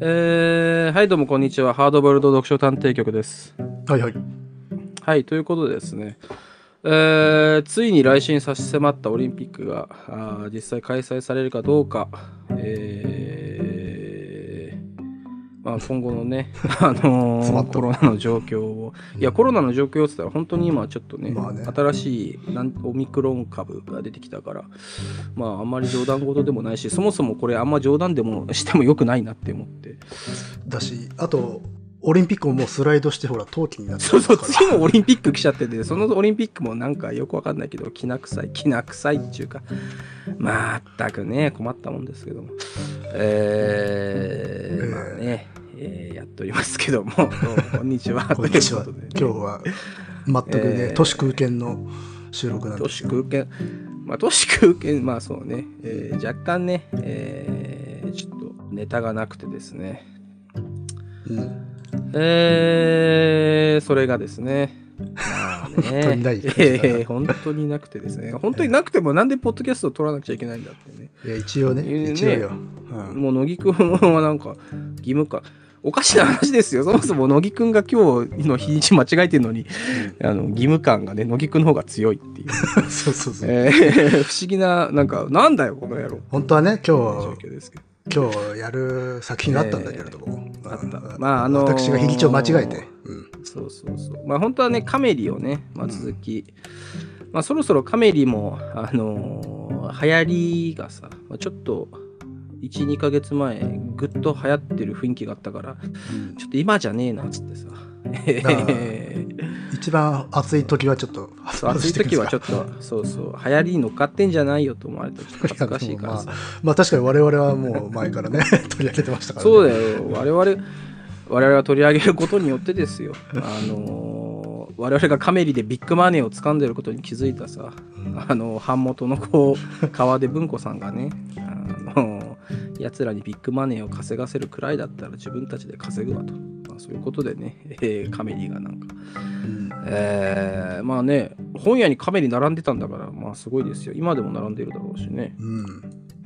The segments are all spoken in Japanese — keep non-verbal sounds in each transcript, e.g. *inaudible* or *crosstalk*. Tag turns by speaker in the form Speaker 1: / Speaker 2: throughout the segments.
Speaker 1: えー、はい、どうもこんにちは。ハードボイルド読書探偵局です。
Speaker 2: はいはい。
Speaker 1: はい、ということでですね、えーついに来週に差し迫ったオリンピックがあー実際開催されるかどうか、えーまあ、今後のね、 *laughs* あの
Speaker 2: 詰
Speaker 1: ー
Speaker 2: まった
Speaker 1: コロナの状況を、いや、コロナの状況って言ったら、本当に今、ちょっとね,、
Speaker 2: まあね
Speaker 1: 新しいなんオミクロン株が出てきたから、まあ、あんまり冗談事でもないし、そもそもこれ、あんま冗談でもしてもよくないなって思って。
Speaker 2: だし、あと、オリンピックももうスライドして、ほら、冬季になって
Speaker 1: そうそう、
Speaker 2: ます
Speaker 1: 次
Speaker 2: から
Speaker 1: のオリンピック来ちゃってて、そのオリンピックもなんかよくわかんないけど、きな臭い、きな臭いっていうか、まったくね、困ったもんですけども。えー、
Speaker 2: えー
Speaker 1: まあね、えーやっておりますけども、こんにちは、
Speaker 2: こ
Speaker 1: *laughs*
Speaker 2: んにちは。
Speaker 1: ということで
Speaker 2: 今日は、全く
Speaker 1: えー
Speaker 2: ね、都市空間の収録なん
Speaker 1: 都
Speaker 2: で
Speaker 1: 市
Speaker 2: すけど。
Speaker 1: 空間、まあ、都市空間、まあそうね、えー若干ね、えーちょっとネタがなくてですね、
Speaker 2: うん
Speaker 1: えー、それがですね。 *laughs* まあね
Speaker 2: 本当にない
Speaker 1: えー本当になくてですね。本当になくてもなんでポッドキャストを撮らなくちゃいけないんだってね。
Speaker 2: いや、一応
Speaker 1: ね
Speaker 2: ね、一応よ。うん
Speaker 1: もう乃木くんはなんか義務化。おかしな話ですよ。そもそも乃木くんが今日の日にち間違えてるのに、あの義務感がね、乃木くんの方が強いっていう。
Speaker 2: *laughs* そうそうそう。
Speaker 1: えー不思議な、なんか、なんだよ、この野郎。
Speaker 2: 本当はね、
Speaker 1: 状
Speaker 2: 今日、
Speaker 1: 況ですけど。
Speaker 2: 今日やる作品があったんだけれども。
Speaker 1: あった
Speaker 2: うん
Speaker 1: まああのー
Speaker 2: 私が日にちを間違えて。うん
Speaker 1: そうそうそう。まあ本当はね、カメリをね、まあ、続き、まあそろそろカメリも、あのー流行りがさ、まあ、ちょっと、1、2ヶ月前、ぐっと流行ってる雰囲気があったから、
Speaker 2: うん
Speaker 1: ちょっと今じゃねえな、つってさ。
Speaker 2: 一番暑い時はちょっと、
Speaker 1: *laughs* そう暑い時はちょ
Speaker 2: っ
Speaker 1: っと、そうそう、流行りに乗っかってんじゃないよと思われて、ちょっと恥ずかしい
Speaker 2: *laughs*
Speaker 1: からさ
Speaker 2: まあ。、まあ確かに我々はもう前からね、 *laughs* 取り上げてましたからね。
Speaker 1: そうだよ我々我々が取り上げることによってです *laughs* よあのー我々がカメリでビッグマネーを掴んでることに気づいたさ、あのー版元のこう川出文子さんがねあのーやつらにビッグマネーを稼がせるくらいだったら自分たちで稼ぐわと、まあ、そういうことでね、えーカメリがなんか
Speaker 2: うん
Speaker 1: えーまあね本屋にカメリ並んでたんだからまあすごいですよ今でも並んでいるだろうしね
Speaker 2: うん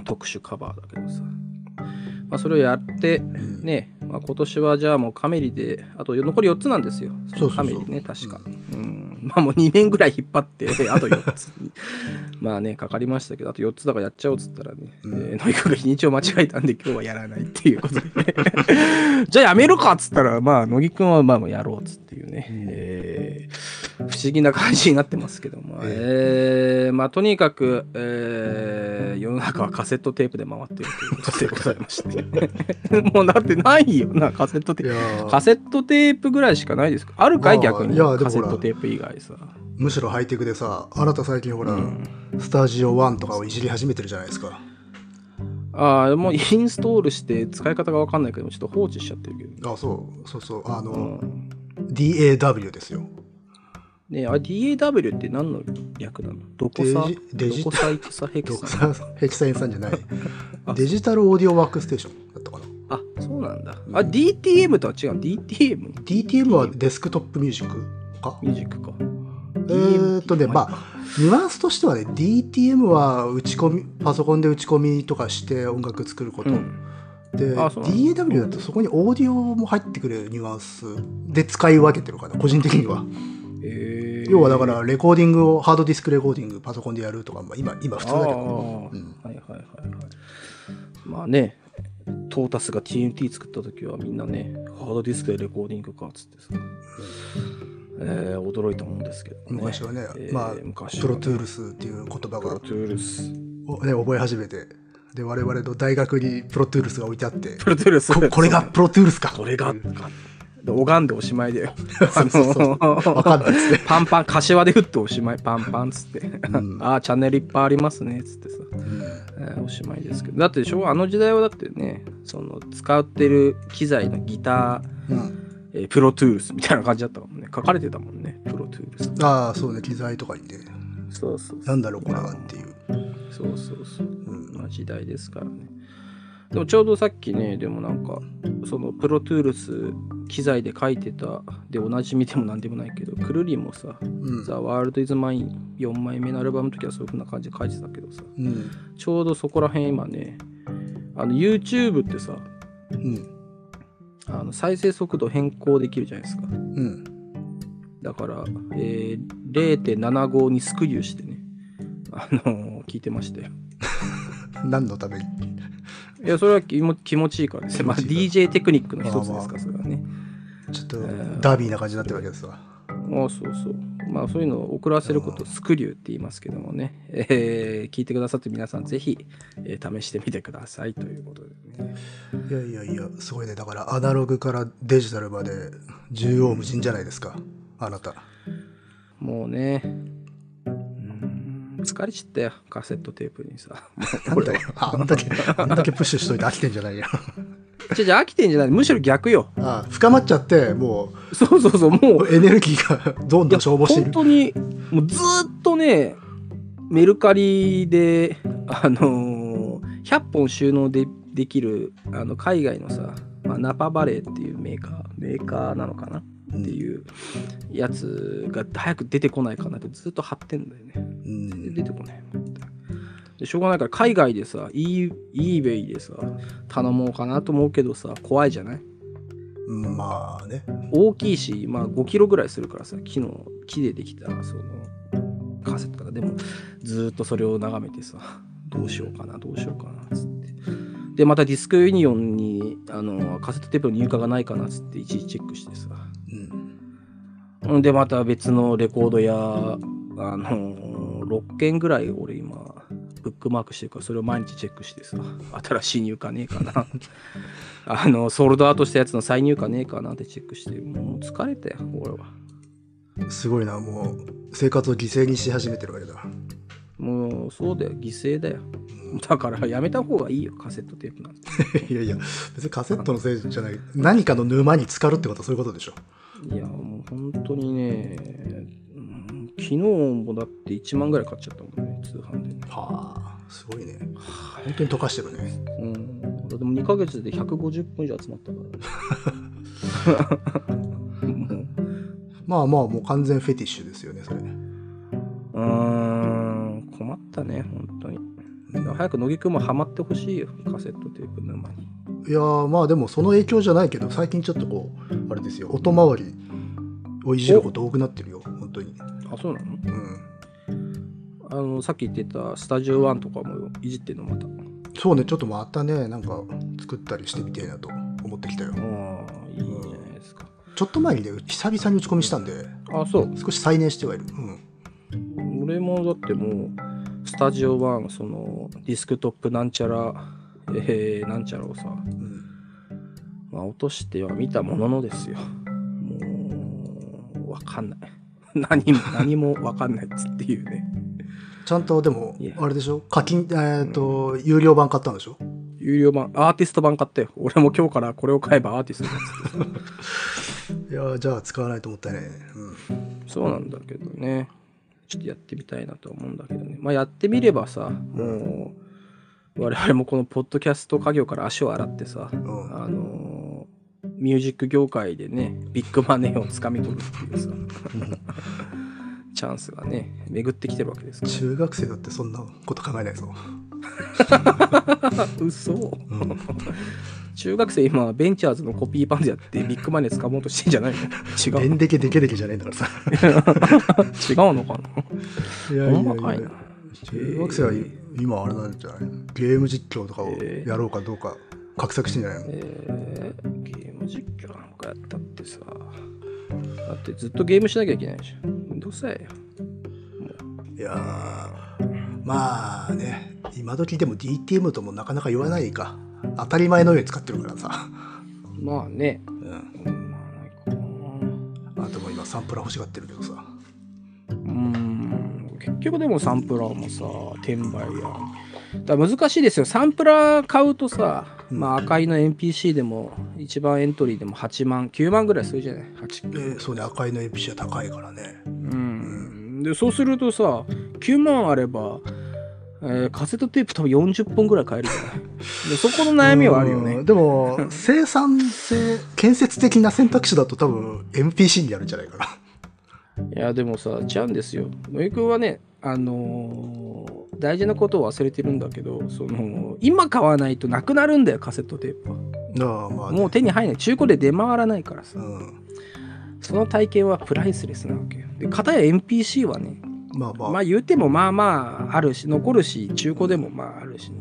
Speaker 1: 特殊カバーだけどさ、まあ、それをやって
Speaker 2: うん
Speaker 1: ねまあ、今年はじゃあもうカメリであとよ残り4つなんですよ
Speaker 2: そうそうそう
Speaker 1: カメリね確か、うんまあもう2年ぐらい引っ張ってあと4つに *laughs* まあねかかりましたけどあと4つだからやっちゃおうっつったらね、
Speaker 2: うん
Speaker 1: えーノイ君が日にちを間違えたんで今日はやらないっていうことで
Speaker 2: *laughs*
Speaker 1: じゃあやめるかっつったらまあ乃木君はまあもうやろうっつっていうね、
Speaker 2: うん
Speaker 1: えー不思議な感じになってますけども、えーまあとにかく、えー世の中はカセットテープで回っているということでございまして
Speaker 2: *laughs*
Speaker 1: もうだってないよなカセットテ
Speaker 2: い
Speaker 1: ー
Speaker 2: や
Speaker 1: プ
Speaker 2: ー
Speaker 1: カセットテープぐらいしかないですかあるかい
Speaker 2: まあ
Speaker 1: 逆に
Speaker 2: いやでもほら
Speaker 1: カセットテープ以外さ、
Speaker 2: むしろハイテクでさあなた最近ほら、
Speaker 1: うん
Speaker 2: スタジオ1とかをいじり始めてるじゃないですか
Speaker 1: ああもうインストールして使い方が分かんないけどちょっと放置しちゃってるけど、
Speaker 2: あそうそうそうあ
Speaker 1: う
Speaker 2: の、
Speaker 1: ん、
Speaker 2: DAW ですよ
Speaker 1: ねあ DAW って何の略なのどこさ
Speaker 2: デジデジ
Speaker 1: どこさいくさヘキ
Speaker 2: ドク
Speaker 1: さ
Speaker 2: ターヘキサインさんじ *laughs* ゃない
Speaker 1: あ
Speaker 2: デジタルオーディオワークステーションだったかな
Speaker 1: あそうなんだあ DTM とは違う DTM
Speaker 2: DTM はデスクトップミュージックか
Speaker 1: ミュージックか
Speaker 2: えーっとねまあニュアンスとしてはね DTM は打ち込みパソコンで打ち込みとかして音楽作ること、
Speaker 1: うん
Speaker 2: で
Speaker 1: あそうなん
Speaker 2: DAW だとそこにオーディオも入ってくるニュアンスで使い分けてるかな個人的には
Speaker 1: えー
Speaker 2: 要はだからレコーディングをハードディスクレコーディングパソコンでやるとか、まあ、今今普通だけ
Speaker 1: あ
Speaker 2: ど
Speaker 1: ー
Speaker 2: うん
Speaker 1: はいはいはいはいまあねトータスが TNT 作った時はみんなねハードディスクでレコーディングかっつってさ、えー驚いたもんですけど、ね、
Speaker 2: 昔はね、
Speaker 1: えー
Speaker 2: まあ
Speaker 1: 昔
Speaker 2: プ
Speaker 1: は
Speaker 2: ロ
Speaker 1: ね
Speaker 2: トゥールスっていう言葉
Speaker 1: プ
Speaker 2: が
Speaker 1: ロ、トゥールス
Speaker 2: おね、覚え始めてで我々の大学にプロトゥールスが置いてあって
Speaker 1: プロトゥールス
Speaker 2: ここれがプロトゥールスか
Speaker 1: これがかで拝んでおしまいだよあ
Speaker 2: そうそうそうわかんな
Speaker 1: *laughs*
Speaker 2: いですね
Speaker 1: パンパン柏で打っておしまいパンパンっつって、
Speaker 2: ん
Speaker 1: ああチャンネルいっぱいありますねっつってさ、えーおしまいですけどだって昭和あの時代はだってねその使ってる機材のギター
Speaker 2: うん、
Speaker 1: えープロトゥールスみたいな感じだったもんね書かれてたもんねプロトゥールス
Speaker 2: ああそうね機材とかにね
Speaker 1: そうそう
Speaker 2: なんだろうこれはっていう、
Speaker 1: そうそうそう
Speaker 2: うん
Speaker 1: まあ、時代ですからね。でもちょうどさっきね、でもなんか、そのプロトゥールス機材で書いてた、でおなじみでもなんでもないけど、くるりんもさ、
Speaker 2: うん
Speaker 1: The World is Mine 4枚目のアルバムの時はそういう風な感じで書いてたけどさ、
Speaker 2: うん
Speaker 1: ちょうどそこら辺今ね、あの YouTube ってさ、
Speaker 2: うん
Speaker 1: あの再生速度変更できるじゃないですか。
Speaker 2: うん。
Speaker 1: だから、えー0.75にスクリューしてね、あの聞いてましたよ。
Speaker 2: 何のために。
Speaker 1: いや、それは気も気持ちいいからですね。まあ、
Speaker 2: 気持ちいい
Speaker 1: DJ テクニックの一つですから、それはね。
Speaker 2: ちょっと
Speaker 1: ー
Speaker 2: ダービーな感じになってるわけですわ。
Speaker 1: ああそうそう。まあそういうのを遅らせることをスクリューって言いますけどもね、えー聞いてくださってる皆さんぜひ、えー試してみてくださいということでね。
Speaker 2: いやいやいや、すごいね。だからアナログからデジタルまで縦横無尽じゃないですか。あ *laughs* なた。
Speaker 1: もうね、うん疲れちったよ、カセットテープにさ。 *laughs*
Speaker 2: なんだよ。ああんだけ、あんだけプッシュしといて飽きてんじゃないよ。
Speaker 1: じゃじゃ飽きてんじゃないむしろ逆よ。
Speaker 2: ああ深まっちゃって、も
Speaker 1: そうそうそう、もう
Speaker 2: うエネルギーがどん
Speaker 1: い
Speaker 2: ど
Speaker 1: や
Speaker 2: ん消耗してい
Speaker 1: 本
Speaker 2: る。
Speaker 1: 当にもうずーっとねメルカリであのー100本収納でできるあの海外のさ、まあナパバレーっていうメーカーメーカーなのかなっていうやつが早く出てこないかなってずっと張ってんだよね
Speaker 2: うん
Speaker 1: 出てこないでしょうがないから海外でさ E- eBay でさ頼もうかなと思うけどさ怖いじゃない
Speaker 2: うんまあね。
Speaker 1: 大きいし、まあ、5キロぐらいするからさ木の木でできたそのカセットがでもずーっとそれを眺めてさどうしようかなどうしようかなっつってでまたディスクユニオンにあのカセットテープの入荷がないかなっつっていちいちチェックしてさ
Speaker 2: うん。
Speaker 1: んでまた別のレコード屋あの6件ぐらい俺今ブックマークしてるからそれを毎日チェックしてさ新しい入荷ねえかな *laughs* あのソールドアウトしたやつの再入荷ねえかなってチェックしてもう疲れたよ俺は
Speaker 2: すごいな、もう生活を犠牲にし始めてるわけだ。 *laughs*
Speaker 1: もうそうだよ犠牲だよだからやめた方がいいよカセットテープなんて
Speaker 2: いやいや、別にカセットのせいじゃない。何かの沼に浸かるってことはそういうことでしょ。
Speaker 1: いやもう本当にねうん昨日もだって1万ぐらい買っちゃったもんね通販でね
Speaker 2: はあ、すごいね。本当に溶かしてるね。
Speaker 1: うん、でも2ヶ月で150本以上集まったから、ね、
Speaker 2: まあまあ、もう完全フェティッシュですよね、それ。
Speaker 1: うーん困ったね本当にだから早く乃木くんもハマってほしいよカセットテープ沼に
Speaker 2: いやーまあでもその影響じゃないけど最近ちょっとこうあれですよ音回りをいじること多くなってるよ本当に
Speaker 1: あそうなの
Speaker 2: うん
Speaker 1: あのさっき言ってたスタジオワンとかもいじってんのまた
Speaker 2: そうねちょっとまたねなんか作ったりしてみてえなと思ってきたよ
Speaker 1: ああいいじゃないですか
Speaker 2: ちょっと前にね久々に打ち込みしたんで
Speaker 1: あそう
Speaker 2: 少し再燃してはいるうん
Speaker 1: 俺もだってもうスタジオワンそのディスクトップなんちゃらえー、なんちゃらをさ
Speaker 2: うん
Speaker 1: まあ、落としては見たもののですよ。もう、わかんない。 *laughs* 何も、何もわかんないっつっていうね。
Speaker 2: ちゃんとでも
Speaker 1: いや
Speaker 2: あれでしょ課金えっと、有料版買ったんでしょ
Speaker 1: 有料版、アーティスト版買ったよ。俺も今日からこれを買えばアーティストです。
Speaker 2: いやーじゃあ使わないと思ったねうん
Speaker 1: そうなんだけどね。ちょっとやってみたいなとは思うんだけどね。まあ、やってみればさ、もう、我々もこのポッドキャスト家業から足を洗ってさ、
Speaker 2: うん
Speaker 1: あのーミュージック業界でね、ビッグマネーをつかみ取るっていうさ、チャンスがね、巡ってきてるわけですから
Speaker 2: 中学生だってそんなこと考えないぞ、
Speaker 1: 嘘
Speaker 2: うん、
Speaker 1: 中学生今ベンチャーズのコピーパンツやってビッグマネー掴もうとしてんじゃないの違う
Speaker 2: 電でけでけでけじゃねえんだからさ
Speaker 1: 違うのか
Speaker 2: いや
Speaker 1: ないほ
Speaker 2: やい
Speaker 1: んま
Speaker 2: やい
Speaker 1: かい
Speaker 2: や
Speaker 1: な
Speaker 2: 中学生は今あれなんじゃないゲーム実況とかを
Speaker 1: えー
Speaker 2: やろうかどうか画策してんじゃないの、
Speaker 1: えーゲーム実況なんかやったってさだってずっとゲームしなきゃいけないじゃんめんどくさいよ
Speaker 2: いやーまあね今時でも DTM ともなかなか言わないか当たり前のように使ってるからさ、
Speaker 1: まあね
Speaker 2: うん、
Speaker 1: うんまあないかな
Speaker 2: あともう今サンプラー欲しがってるけどさ
Speaker 1: うん結局でもサンプラーもさ転売やだから難しいですよサンプラー買うとさ、まあ、赤いの NPC でも一番エントリーでも8万9万ぐらいするじゃない8
Speaker 2: えーそうね赤いの NPC は高いからね
Speaker 1: うんでそうするとさ9万あれば、えーカセットテープ多分40本ぐらい買えるじゃないでそこの悩みはあるよ
Speaker 2: うん
Speaker 1: ね
Speaker 2: でも生産性建設的な選択肢だと多分 NPC になるんじゃないかない
Speaker 1: やでもさちゃうんですよ野井くんはねあのー大事なことを忘れてるんだけどその今買わないとなくなるんだよカセットテープは
Speaker 2: ああまあ
Speaker 1: *laughs*
Speaker 2: ね、
Speaker 1: もう手に入らない中古で出回らないからさ
Speaker 2: うん、
Speaker 1: その体験はプライスレスなわけよで片や NPC はね
Speaker 2: まあまあ、
Speaker 1: まあ言うてもまあまああるし残るし中古でもまああるしね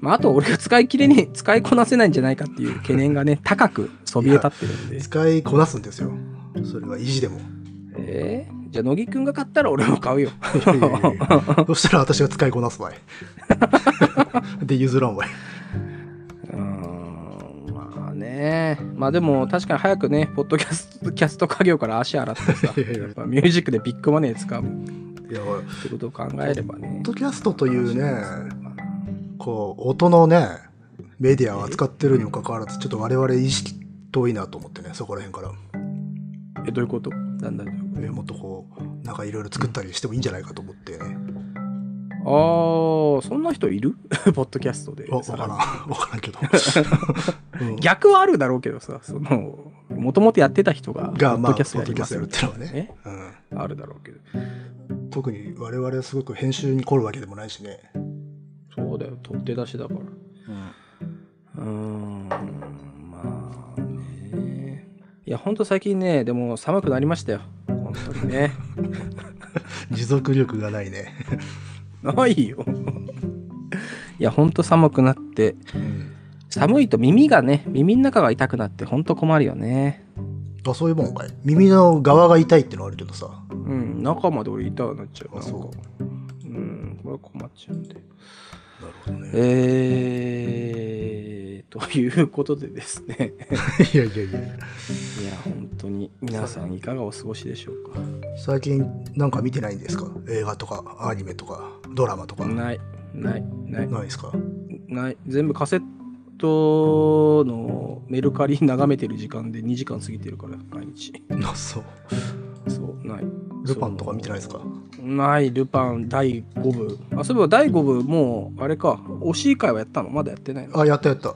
Speaker 1: まああと俺が使いきれねえ *laughs* 使いこなせないんじゃないかっていう懸念がね高くそびえ立ってるんで
Speaker 2: 使いこなすんですよそれは意
Speaker 1: *laughs*
Speaker 2: 地でも
Speaker 1: えーじゃあ乃木くんが買ったら俺も買うよ
Speaker 2: いやいやいやいやそしたら私が使いこなすわい *laughs* で譲らんわいう
Speaker 1: ーんまあねまあでも確かに早くねポッドキャストキャスト家業から足洗ってさ
Speaker 2: いやいや
Speaker 1: やっぱミュージックでビッグマネー使うっ
Speaker 2: いやポッ
Speaker 1: てことを考えればね
Speaker 2: ドキャストというねこう音のねメディアを扱ってるにもかかわらずちょっと我々意識遠いなと思ってねそこら辺から
Speaker 1: えどういうことなんだろう
Speaker 2: えもっとこうなんかいろいろ作ったりしてもいいんじゃないかと思ってね
Speaker 1: ああそんな人いる *laughs* ポッドキャストで
Speaker 2: わ分からん *laughs* 分からん
Speaker 1: *laughs*
Speaker 2: けど、うん
Speaker 1: 逆はあるだろうけどさそのもともとやってた人がポ
Speaker 2: が
Speaker 1: ッ
Speaker 2: まあ
Speaker 1: ド
Speaker 2: ポ
Speaker 1: キャストや
Speaker 2: ッド
Speaker 1: り
Speaker 2: キャ
Speaker 1: ま
Speaker 2: ス
Speaker 1: す
Speaker 2: トやるってのはね、
Speaker 1: ね
Speaker 2: うん、
Speaker 1: あるだろうけど
Speaker 2: 特に我々はすごく編集に凝るわけでもないしね、
Speaker 1: そうだよ取って出しだからうーんまあねいやほんと最近ねでも寒くなりましたよ本当に *laughs* ね
Speaker 2: 持続力がないね、
Speaker 1: ないよいやほんと寒くなって
Speaker 2: うん
Speaker 1: 寒いと耳がね耳の中が痛くなってほんと困るよね
Speaker 2: あそういうもんかい耳の側が痛いってのはあるけどさ
Speaker 1: うん中まで俺痛くなっちゃう
Speaker 2: あそう
Speaker 1: なんかうんこれは困っちゃうんで
Speaker 2: なるほどね
Speaker 1: えー、ということでですね
Speaker 2: いやいやいや
Speaker 1: いや本当に皆さんいかがお過ごしでしょうか
Speaker 2: 最近なんか見てないんですか映画とかアニメとかドラマとかない
Speaker 1: ないないない
Speaker 2: ですか
Speaker 1: ない全部カセットのメルカリ眺めてる時間で2時間過ぎてるから毎日
Speaker 2: なそう
Speaker 1: そうない
Speaker 2: ルパンとか見てないですか
Speaker 1: ないルパン第5部あそういえば第5部もうあれか惜しい会はやったのまだやってないの
Speaker 2: あやったやった、
Speaker 1: あ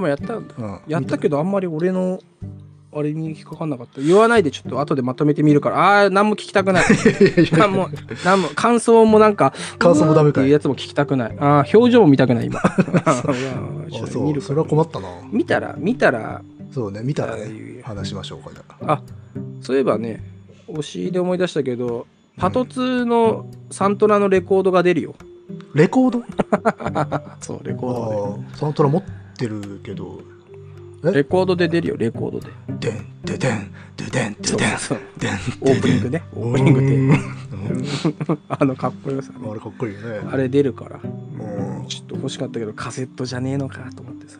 Speaker 1: もうやったんだ
Speaker 2: うん、
Speaker 1: やったけどあんまり俺のあれに引っかかんなかった言わないでちょっと後でまとめてみるからあー何も聞きたくない何も何も感想もなんか
Speaker 2: 感想もダメかい
Speaker 1: わーってい
Speaker 2: う
Speaker 1: うやつも聞きたくないあー表情も見たくない
Speaker 2: *laughs*
Speaker 1: 今うわーちょ
Speaker 2: あ
Speaker 1: っと
Speaker 2: そ
Speaker 1: 見
Speaker 2: う
Speaker 1: る
Speaker 2: そ
Speaker 1: か
Speaker 2: れ
Speaker 1: ら
Speaker 2: は困ったな
Speaker 1: 見たら見たら
Speaker 2: そうね見たら
Speaker 1: ああ
Speaker 2: ね
Speaker 1: いう
Speaker 2: 話しましょうかじゃあ
Speaker 1: あそういえばね推しで思い出したけどパト2のサントラのレコードが出るよ、
Speaker 2: レコード
Speaker 1: そうレコードが
Speaker 2: ああサントラ持ってるけど
Speaker 1: 出るレコードで出るよレコードで
Speaker 2: でんででんででんで
Speaker 1: そう
Speaker 2: でん
Speaker 1: そう
Speaker 2: でん
Speaker 1: オープニング
Speaker 2: *laughs*
Speaker 1: ねオープニングで
Speaker 2: で
Speaker 1: *laughs* あのかっこよさ
Speaker 2: あれかっこいいよね
Speaker 1: あれ出るから
Speaker 2: うん
Speaker 1: ちょっと欲しかったけどカセットじゃねえのかと思ってさ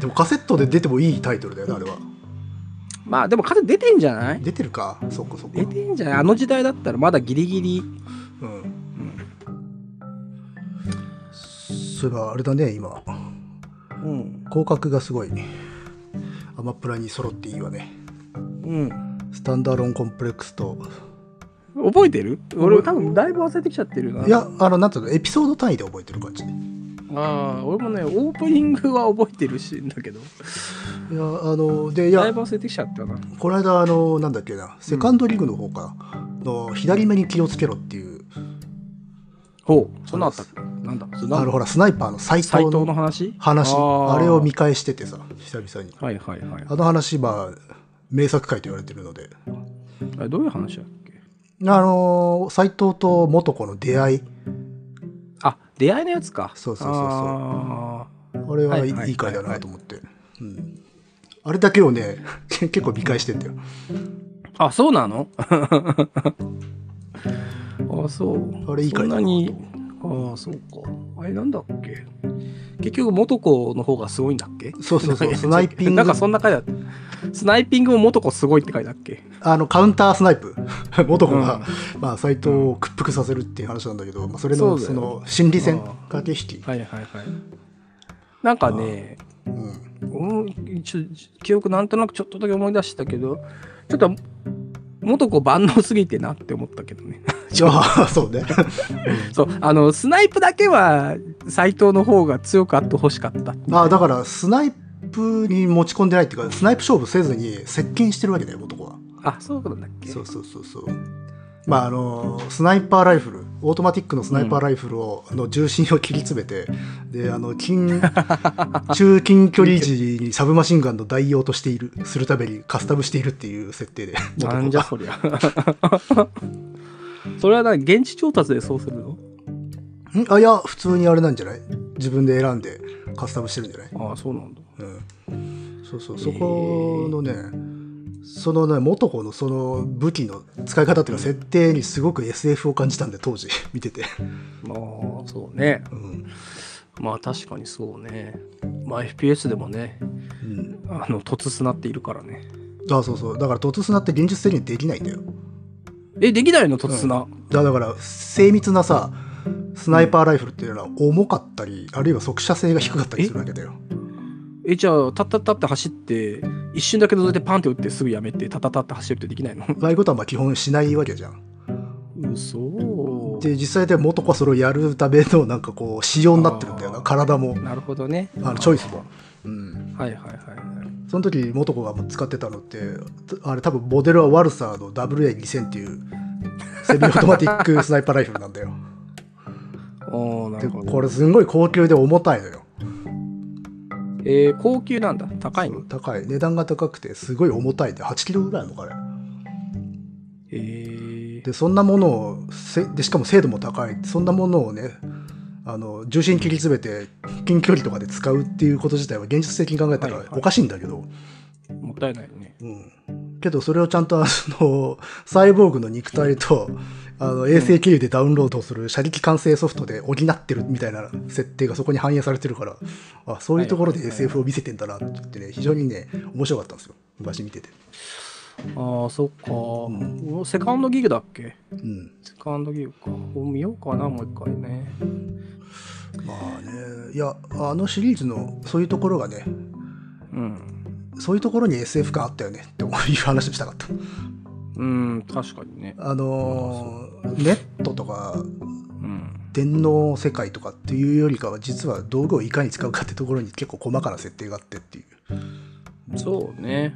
Speaker 2: でもカセットで出てもいいタイトルだよねあれは
Speaker 1: まあでもカセット出てんじゃない
Speaker 2: 出てるかそっかそっか
Speaker 1: 出てんじゃないあの時代だったらまだギリギリ
Speaker 2: うんそういえばあれだね今
Speaker 1: うん
Speaker 2: 広角がすごいアマプラに揃っていいわね
Speaker 1: うん
Speaker 2: スタンダーロンコンプレックスと
Speaker 1: 覚えてる俺多分だいぶ忘れてきちゃってるない
Speaker 2: やあのなんていうのエピソード単位で覚えてる感じい
Speaker 1: ああ俺もねオープニングは覚えてるしんだけど
Speaker 2: やあのでい
Speaker 1: だい
Speaker 2: や
Speaker 1: ぶ忘れてきちゃったな
Speaker 2: この間あのなんだっけなセカンドリーグの方かの左目に気をつけろっていう
Speaker 1: ほうそんなあったっけなんだ
Speaker 2: あのほらスナイパーの斎
Speaker 1: 斎
Speaker 2: 藤
Speaker 1: 藤の
Speaker 2: の
Speaker 1: 話
Speaker 2: 話
Speaker 1: ー
Speaker 2: あれを見返しててさ久々に
Speaker 1: はいはいはい
Speaker 2: あの話まあ名作回と言われてるので
Speaker 1: あれどういう話だっけ
Speaker 2: あの斎藤と元子の出会い
Speaker 1: あ出会いのやつか
Speaker 2: そうそうそうそう
Speaker 1: あ
Speaker 2: あれは
Speaker 1: はい
Speaker 2: い
Speaker 1: はい
Speaker 2: いい回だなと思って、うん、あれだけをねけ結構見返してんだよ
Speaker 1: ーあそうなの *laughs* あそう
Speaker 2: あれいい
Speaker 1: そん
Speaker 2: 回だ
Speaker 1: な
Speaker 2: な
Speaker 1: にああそうかあれなんだっけ結局元子の方がすごいんだっけ
Speaker 2: そうそ
Speaker 1: *laughs*
Speaker 2: うそうスナイピング
Speaker 1: なんかそんな書いてあったスナイピングも元子すごいって書いてあっけ
Speaker 2: あのカウンタースナイプ *laughs* 元子が、
Speaker 1: うん
Speaker 2: まあ、斎藤を屈服させるっていう話なんだけど、まあ、それ
Speaker 1: そ
Speaker 2: の
Speaker 1: うだよ
Speaker 2: その心理戦
Speaker 1: あー
Speaker 2: 駆け引き、
Speaker 1: はいはいはいなんかね
Speaker 2: うん、
Speaker 1: うんちょ記憶なんとなくちょっとだけ思い出したけどちょっと元子万能すぎてなって思ったけどね
Speaker 2: じゃあ *laughs* そうね
Speaker 1: そうあのスナイプだけは斎藤の方が強くあってほしかったって
Speaker 2: あーだからスナイプに持ち込んでないっていうかスナイプ勝負せずに接近してるわけだよ元子は
Speaker 1: あそういうことなんだっけ
Speaker 2: そうそうそうそうまああのスナイパーライフルオートマティックのスナイパーライフルを、の重心を切り詰めてであ
Speaker 1: *laughs*
Speaker 2: の近中近距離時にサブマシンガンの代用としているするためにカスタムしているっていう設定で
Speaker 1: なんじゃそりゃ。それは何現地調達でそうするの
Speaker 2: んあいや普通にあれなんじゃない自分で選んでカスタムしてるんじゃない
Speaker 1: ああ、そうなんだ。
Speaker 2: うん、そうそうそこのね、そのね元子のその武器の使い方っていうか設定にすごく SF を感じたんで当時見てて、
Speaker 1: まあ、そうね。
Speaker 2: うん
Speaker 1: まあ、確かにそうね。まあ、FPS でもね、
Speaker 2: うん、
Speaker 1: あの、突砂っているからね。
Speaker 2: あそうそうだから突砂って現実的にできないんだよ
Speaker 1: え、できないの突砂。
Speaker 2: だだから精密なさスナイパーライフルっていうのは重かったりあるいは速射性が低かったりするわけだよ
Speaker 1: え、じゃあ、タッタッタって走って、一瞬だけ覗いてパンって打ってすぐやめて、タッタッタって走るってできないの
Speaker 2: ああいうことはまあ基本しないわけじゃん
Speaker 1: 嘘
Speaker 2: で実際で元子はそれをやるためのなんかこう仕様になってるんだよ
Speaker 1: あ
Speaker 2: な
Speaker 1: ー
Speaker 2: 体も
Speaker 1: なるほどね。
Speaker 2: あのチョイスも、うん、
Speaker 1: はいはいはいはい。
Speaker 2: その時元子が使ってたのってあれ多分モデルはワルサーの WA2000 っていうセミオートマティックスナイパーライフルなんだよ
Speaker 1: お *laughs* おな
Speaker 2: で
Speaker 1: るほど。
Speaker 2: これすんごい高級で重たいのよ
Speaker 1: えー高級なんだ。高いの。
Speaker 2: 高い値段が高くてすごい重たいって8キロぐらいあるのかね
Speaker 1: えー
Speaker 2: でそんなものをせでしかも精度も高いそんなものをねあの重心切り詰めて近距離とかで使うっていうこと自体は現実的に考えたら
Speaker 1: はいはい
Speaker 2: おかしいんだけど、
Speaker 1: もったいないね。
Speaker 2: うん、けどそれをちゃんとあの *laughs* サイボーグの肉体とあの衛星経由でダウンロードする射撃完成ソフトで補ってるみたいな設定がそこに反映されてるからあそういうところで
Speaker 1: はいはいはい
Speaker 2: SF を見せてんだなって言ってね非常にね面白かったんですよ昔見てて、
Speaker 1: ああ、そっか、
Speaker 2: ん
Speaker 1: おセカンドギグだっけ
Speaker 2: うん、
Speaker 1: セカンドギグか。もう見ようかな、もう一回ね。
Speaker 2: まあねいやあのシリーズのそういうところがね
Speaker 1: うん。
Speaker 2: そういうところに SF 感あったよねっていう話をしたかった
Speaker 1: うん、確かにね。
Speaker 2: あのーネットとか
Speaker 1: うん。
Speaker 2: 電脳世界とかっていうよりかは実は道具をいかに使うかってところに結構細かな設定があってっていう、
Speaker 1: そうね。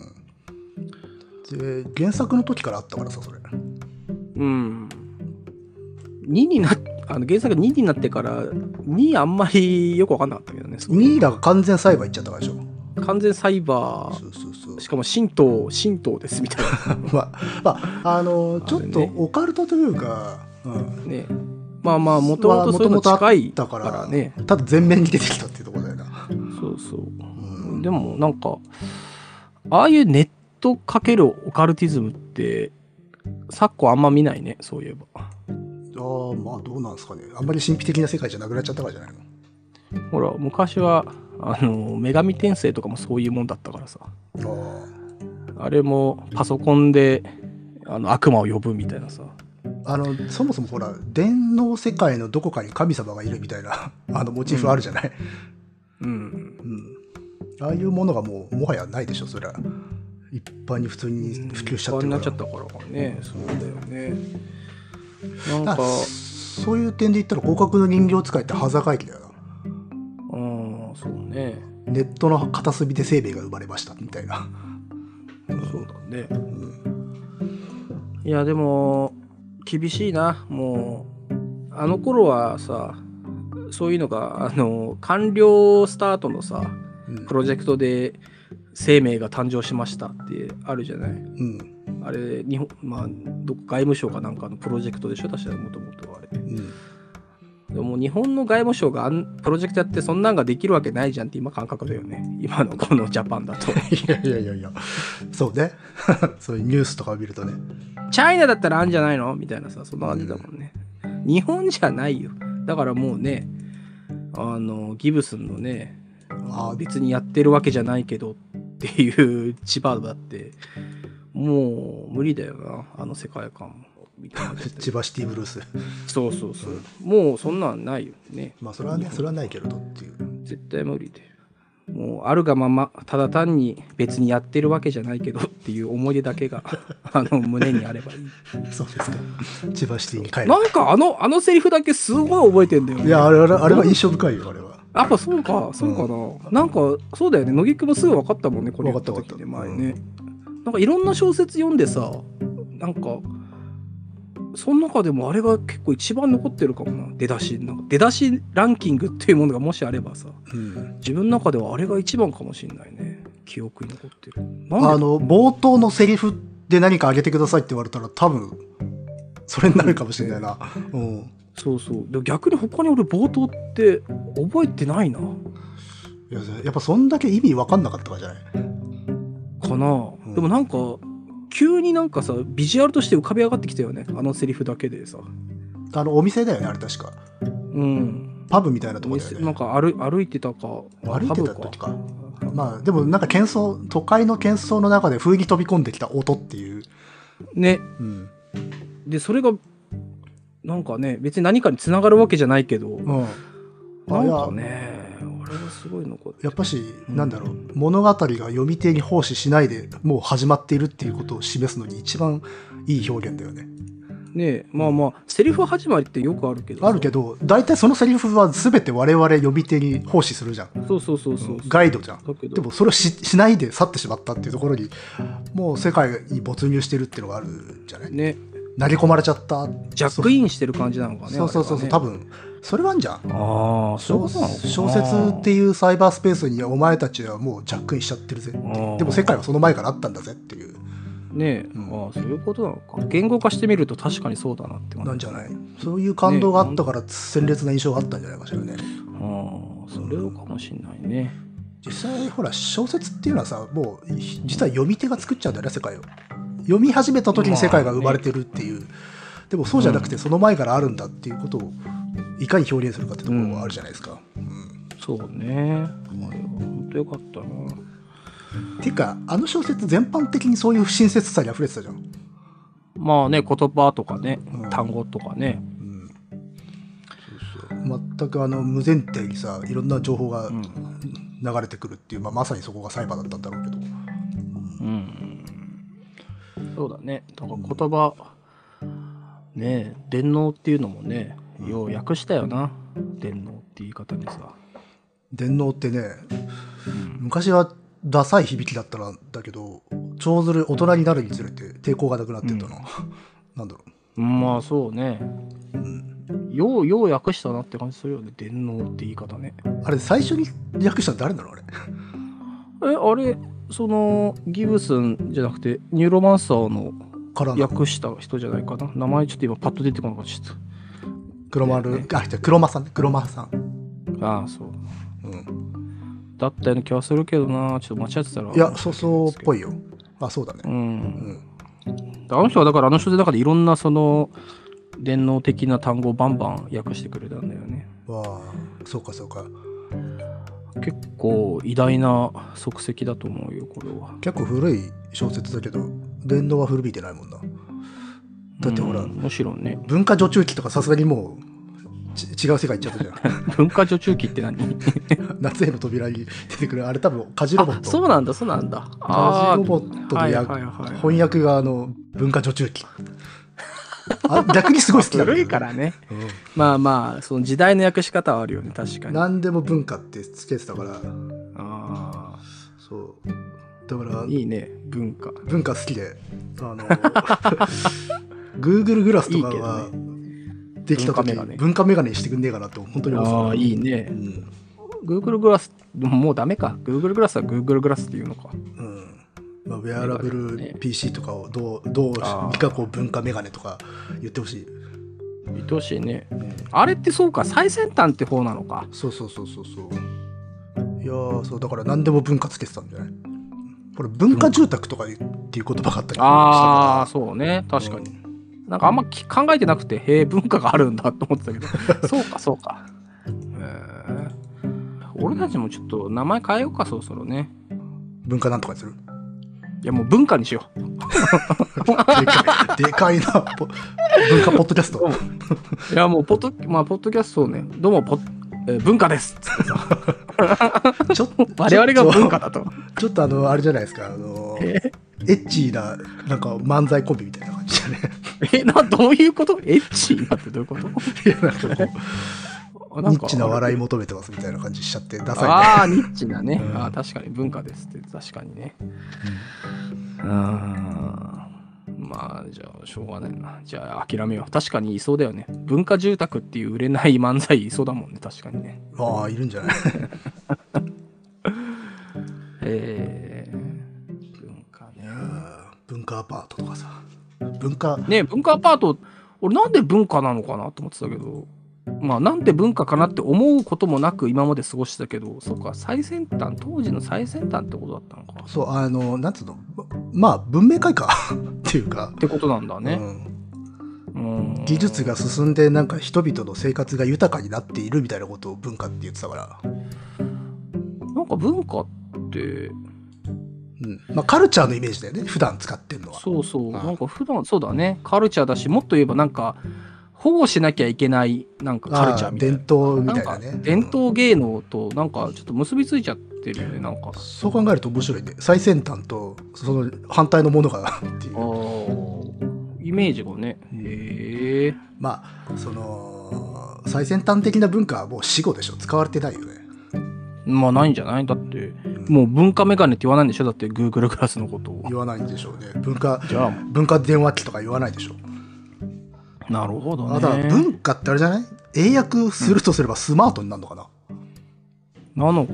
Speaker 2: うん、で原作の時からあったからさそれ
Speaker 1: うん。2になっあの原作2になってから2あんまりよく分かんなかったけどねその
Speaker 2: ミイラが完全栽培いっちゃったからでしょ
Speaker 1: 完全サイバ
Speaker 2: そうそうそう
Speaker 1: ーしかも神道神道ですみたい
Speaker 2: *laughs* まあ、まあ、あのーちょっと
Speaker 1: あれね
Speaker 2: オカルトというか、うん、
Speaker 1: なねまあまあもともとそういうの近い
Speaker 2: だ
Speaker 1: か
Speaker 2: から
Speaker 1: らね
Speaker 2: ただ全面に出てきたっていうところだよな、
Speaker 1: そうそう
Speaker 2: うん、
Speaker 1: でもなんかああいうネットかけるオカルティズムって昨今あんま見ないねそういえば
Speaker 2: あーまあどうなんですかねあんまり神秘的な世界じゃなくなっちゃったからじゃないの
Speaker 1: ほら昔はあの女神転生とかもそういうもんだったからさ
Speaker 2: あ
Speaker 1: あれもパソコンであの悪魔を呼ぶみたいなさ
Speaker 2: ーあのそもそもほら電脳世界のどこかに神様がいるみたいな *laughs* あのモチーフあるじゃない、
Speaker 1: うん
Speaker 2: うん、ああいうものがもうもはやないでしょそりゃ一般に普通に普及しちゃ
Speaker 1: 一般
Speaker 2: って
Speaker 1: に
Speaker 2: る
Speaker 1: な
Speaker 2: か
Speaker 1: っちゃっ
Speaker 2: ら
Speaker 1: たからねそうだよねなんか
Speaker 2: あそういう点で言ったら広角の人形使いって端境機だよな
Speaker 1: うんそうね
Speaker 2: ネットの片隅で生命が生まれましたみたいな、
Speaker 1: そうだね
Speaker 2: うん、
Speaker 1: いやでも厳しいなもうあの頃はさそういうのがあの完了スタートのさ
Speaker 2: うん
Speaker 1: プロジェクトで生命が誕生しましたってあるじゃない
Speaker 2: うん
Speaker 1: あれ日本まあどっか外務省かなんかのプロジェクトでしょ確かもともとはあれ
Speaker 2: うん
Speaker 1: でも日本の外務省があんプロジェクトやってそんなんができるわけないじゃんって今感覚だよね今のこのジャパンだと
Speaker 2: いやいやいやいやそうね *laughs* そういうニュースとかを見るとね
Speaker 1: チャイナだったらあんじゃないのみたいなさそんな感じだもんね、日本じゃないよだからもうねあのギブスンのね
Speaker 2: あー
Speaker 1: 別にやってるわけじゃないけどっていう千葉だってもう無理だよなあの世界観もみたいな感じで
Speaker 2: 千葉シティブルース
Speaker 1: *laughs* そうそうそう、もうそんなんないよね
Speaker 2: まあそれはねそれはないけれどっていう
Speaker 1: 絶対無理でもうあるがままただ単に別にやってるわけじゃないけどっていう思い出だけが *laughs* あの胸にあればいい
Speaker 2: そうですか千葉シティに帰る
Speaker 1: なんかあのあのセリフだけすごい覚えてんだよね
Speaker 2: いやあれあれあれは印象深いよあれは
Speaker 1: やっぱそうかそうかな、なんかそうだよね乃木くんもすぐ分かったもんねこれ言った
Speaker 2: 分かった
Speaker 1: 時ね
Speaker 2: 分かった
Speaker 1: 前ね、なんかいろんな小説読んでさなんかその中でもあれが結構一番残ってるかもな出だしなんか出だしランキングっていうものがもしあればさ
Speaker 2: うん
Speaker 1: 自分の中ではあれが一番かもしれないね記憶に残ってるな
Speaker 2: あ
Speaker 1: んで
Speaker 2: の冒頭のセリフで何かあげてくださいって言われたら多分それになるかもしれないな、うん、
Speaker 1: そうそうで逆に他に俺冒頭って覚えてないない
Speaker 2: ややっぱそんだけ意味分かんなかったからじゃない
Speaker 1: かな、
Speaker 2: うん
Speaker 1: でもなんか急になんかさビジュアルとして浮かび上がってきたよねあのセリフだけでさ
Speaker 2: あのお店だよねあれ確か
Speaker 1: うん
Speaker 2: パブみたいなとこだよ
Speaker 1: なん
Speaker 2: ね
Speaker 1: か歩い歩いてたか
Speaker 2: 歩いてた時か
Speaker 1: パブか
Speaker 2: まあでもなんか喧騒都会の喧騒の中で不意に飛び込んできた音っていう、
Speaker 1: ね
Speaker 2: うん
Speaker 1: でそれがなんかね別に何かにつながるわけじゃないけど、
Speaker 2: うん、あ
Speaker 1: ないん
Speaker 2: や
Speaker 1: かねあれはすごい残って
Speaker 2: やっぱし、
Speaker 1: うん
Speaker 2: なんだろう物語が読み手に奉仕しないでもう始まっているっていうことを示すのに一番いい表現だよね
Speaker 1: ねまあまあセリフ始まりってよくあるけど
Speaker 2: あるけど大体そのセリフは全て我々読み手に奉仕するじゃん
Speaker 1: どそうそうそうそう、
Speaker 2: ガイドじゃん
Speaker 1: だけど
Speaker 2: でもそれをししないで去ってしまったっていうところにもう世界に没入してるっていうのがあるんじゃない
Speaker 1: ね
Speaker 2: 投げ込まれちゃった
Speaker 1: ジャックインしてる感じなのかね
Speaker 2: そうそうそうそう、
Speaker 1: あ
Speaker 2: 多分それはあんじゃん
Speaker 1: れはねあーそういう
Speaker 2: 小
Speaker 1: ことなのかな
Speaker 2: 小説っていうサイバースペースにお前たちはもうジャックインしちゃってるぜって
Speaker 1: あー
Speaker 2: でも世界はその前からあったんだぜっていう
Speaker 1: ね
Speaker 2: うん
Speaker 1: ああそういうことなのか言語化してみると確かにそうだなって
Speaker 2: なんじ
Speaker 1: ゃ
Speaker 2: ゃないそういう感動があったから鮮烈な印象があったんじゃないかしらね
Speaker 1: ああそれをかもしんないね
Speaker 2: 実際ほら小説っていうのはさもうひ実は読み手が作っちゃうんだよね世界を読み始めた時に世界が生まれてるっていう、でもそうじゃなくてその前からあるんだっていうことをいかに表現するかってところがあるじゃないですか、
Speaker 1: そうねあれは本当よかったな
Speaker 2: ていうかあの小説全般的にそういう不親切さに溢れてたじゃん、
Speaker 1: まあね言葉とかね、
Speaker 2: うん
Speaker 1: 単語とかね
Speaker 2: うん全くあの無前提にさいろんな情報が
Speaker 1: うん
Speaker 2: 流れてくるっていう、まあ、まさにそこが裁判だったんだろうけど
Speaker 1: うんそうだねだから言葉ねえ電脳っていうのもねよう訳したよな電脳って言い方にさ
Speaker 2: 電脳ってね、昔はダサい響きだったんだけど長ずる大人になるにつれて抵抗がなくなってったの、なんだろ
Speaker 1: まあそうね
Speaker 2: う、うん
Speaker 1: ようよう訳したなって感じするよね電脳って言い方ね
Speaker 2: あれ最初に訳したの誰なのあれ
Speaker 1: えあれそのギブスンじゃなくてニューロマンサーの
Speaker 2: からの
Speaker 1: 訳した人じゃないかな名前ちょっと今パッと出てこなかったちょっ
Speaker 2: 黒丸、あじゃあ黒間さんね黒間さん、
Speaker 1: とああそう
Speaker 2: うん、
Speaker 1: だったような気はするけどなちょっと間違ってたら
Speaker 2: いやそうそうっぽ
Speaker 1: い
Speaker 2: いよあそうだ
Speaker 1: うん
Speaker 2: ね、うん
Speaker 1: あの人はだからあの人でだからいろんなその電脳的な単語をバンバン訳してくれたんだよね
Speaker 2: わあそうかそうか
Speaker 1: 結構偉大な足跡だと思うよこれは
Speaker 2: 結構古い小説だけど電脳は古びてないもんなだってほら、
Speaker 1: うんむしろね
Speaker 2: 文化女中期とかさすがにもうち違う世界行っちゃったじゃん
Speaker 1: 文化女中期って何
Speaker 2: 夏への扉に出てくるあれ多分家事ロボッ
Speaker 1: あ
Speaker 2: ト
Speaker 1: そうなんだそうなんだ
Speaker 2: 家
Speaker 1: あー
Speaker 2: 事ロボットの役
Speaker 1: はいはいはいはい
Speaker 2: 翻訳があの文化女中
Speaker 1: *laughs*
Speaker 2: 期あ逆にすごい好きなんだ
Speaker 1: 古
Speaker 2: け
Speaker 1: い
Speaker 2: ど
Speaker 1: からね
Speaker 2: うん
Speaker 1: まあまあその時代の訳し方はあるよね確かに
Speaker 2: 何でも文化ってつけてたから
Speaker 1: あ
Speaker 2: そうだから
Speaker 1: ーいいね文化
Speaker 2: 文化好きであの *laughs* Google グラスとか
Speaker 1: いい
Speaker 2: は
Speaker 1: け
Speaker 2: できた
Speaker 1: 文化
Speaker 2: 時
Speaker 1: メガネ
Speaker 2: 文化メガネにしてくんねえかなと本当に思ってた
Speaker 1: ああいい
Speaker 2: うん
Speaker 1: ね Google グラスもうダメか Google グラスは Google グラスっていうのか
Speaker 2: うんまあ、ウェアラブ
Speaker 1: メガネね
Speaker 2: ル PC とかをどうどう
Speaker 1: あー
Speaker 2: にかこう文化メガネとか言ってほしい、
Speaker 1: 愛おしいね
Speaker 2: うん
Speaker 1: あれってそうか最先端って方なのか
Speaker 2: そうそうそうそうそういやーそうだから何でも文化つけてたんじゃないこれ文化住宅とかっていう言葉があったりした
Speaker 1: ああ
Speaker 2: か
Speaker 1: そうね
Speaker 2: ら
Speaker 1: 確かに、
Speaker 2: うん
Speaker 1: なんかあんまき考えてなくてへえ文化があるんだと思ってたけ *laughs* どそうかそうかへえ俺たちもちょっと名前変えようかそろそろね
Speaker 2: 文化なんとかにする *laughs*
Speaker 1: いやもう文化にしよ
Speaker 2: でかいでかいなポ文化ポッドキャスト
Speaker 1: ういやもうポッドまあポッドキャストをねどうもポッえー文化ですつってさ
Speaker 2: ちょっと
Speaker 1: 我々が文化だと
Speaker 2: ちょっとあのあれじゃないですかあのエッチーななんか漫才コンビみたいな感じ
Speaker 1: *laughs*
Speaker 2: だね
Speaker 1: えなどういうことエッチなってどういうこ
Speaker 2: いやなんかこ
Speaker 1: とあ
Speaker 2: うニッチな笑い
Speaker 1: も
Speaker 2: 求めてますみたいな感じしちゃってダサいね
Speaker 1: ああーニッチなね、
Speaker 2: うん
Speaker 1: あー確かに文化ですって確かにねうんままあ、じゃあ、しょうがないな。じゃあ、諦めよう。確かにいそうだよね。文化住宅っていう売れない漫才いそうだもんね、確かにね。
Speaker 2: まあいるんじゃない
Speaker 1: えー、文化ね。
Speaker 2: 文化アパートとかさ文化
Speaker 1: ね文化アパート、俺なんで文化なのかなと思ってたけど、まあ、なんで文化かなって思うこともなく今まで過ごしてたけど、そっか、最先端、当時の最先端ってことだったのか。っ
Speaker 2: そうあのなんつうのままあ文明開化 *laughs* っていうか、
Speaker 1: てことなんだ
Speaker 2: う
Speaker 1: ね。
Speaker 2: ん
Speaker 1: うん、
Speaker 2: 技術が進んでなんか人々の生活が豊かになっているみたいなことを文化って言ってたから、
Speaker 1: なんか文化って、
Speaker 2: うんまあ、カルチャーのイメージだよね普段使ってるのは
Speaker 1: そうそう、
Speaker 2: はい
Speaker 1: なんか普段そうだね、カルチャーだし、もっと言えばなんか、保護しなきゃいけない、なんかカルチャーみたいな
Speaker 2: あ。伝統み
Speaker 1: な
Speaker 2: た
Speaker 1: ん
Speaker 2: いな
Speaker 1: か
Speaker 2: ね
Speaker 1: 伝統芸能となんかちょっと結びついちゃってるよねなんか
Speaker 2: うんそう考えると面白いね最先端とその反対のものが *laughs* っていう
Speaker 1: イメージがね
Speaker 2: うん
Speaker 1: へえ
Speaker 2: まあその最先端的な文化はもう死後でしょ使われてないよね、
Speaker 1: まあないんじゃないだって
Speaker 2: うん
Speaker 1: もう文化メガネって言わないんでしょだって Google クラスのことを
Speaker 2: 言わないんでしょうね文化
Speaker 1: じゃ
Speaker 2: 文化電話機とか言わないでしょ
Speaker 1: あなるほど
Speaker 2: あだから
Speaker 1: ね
Speaker 2: 文化ってあれじゃない英訳するとすればスマートになるのかな、
Speaker 1: なのか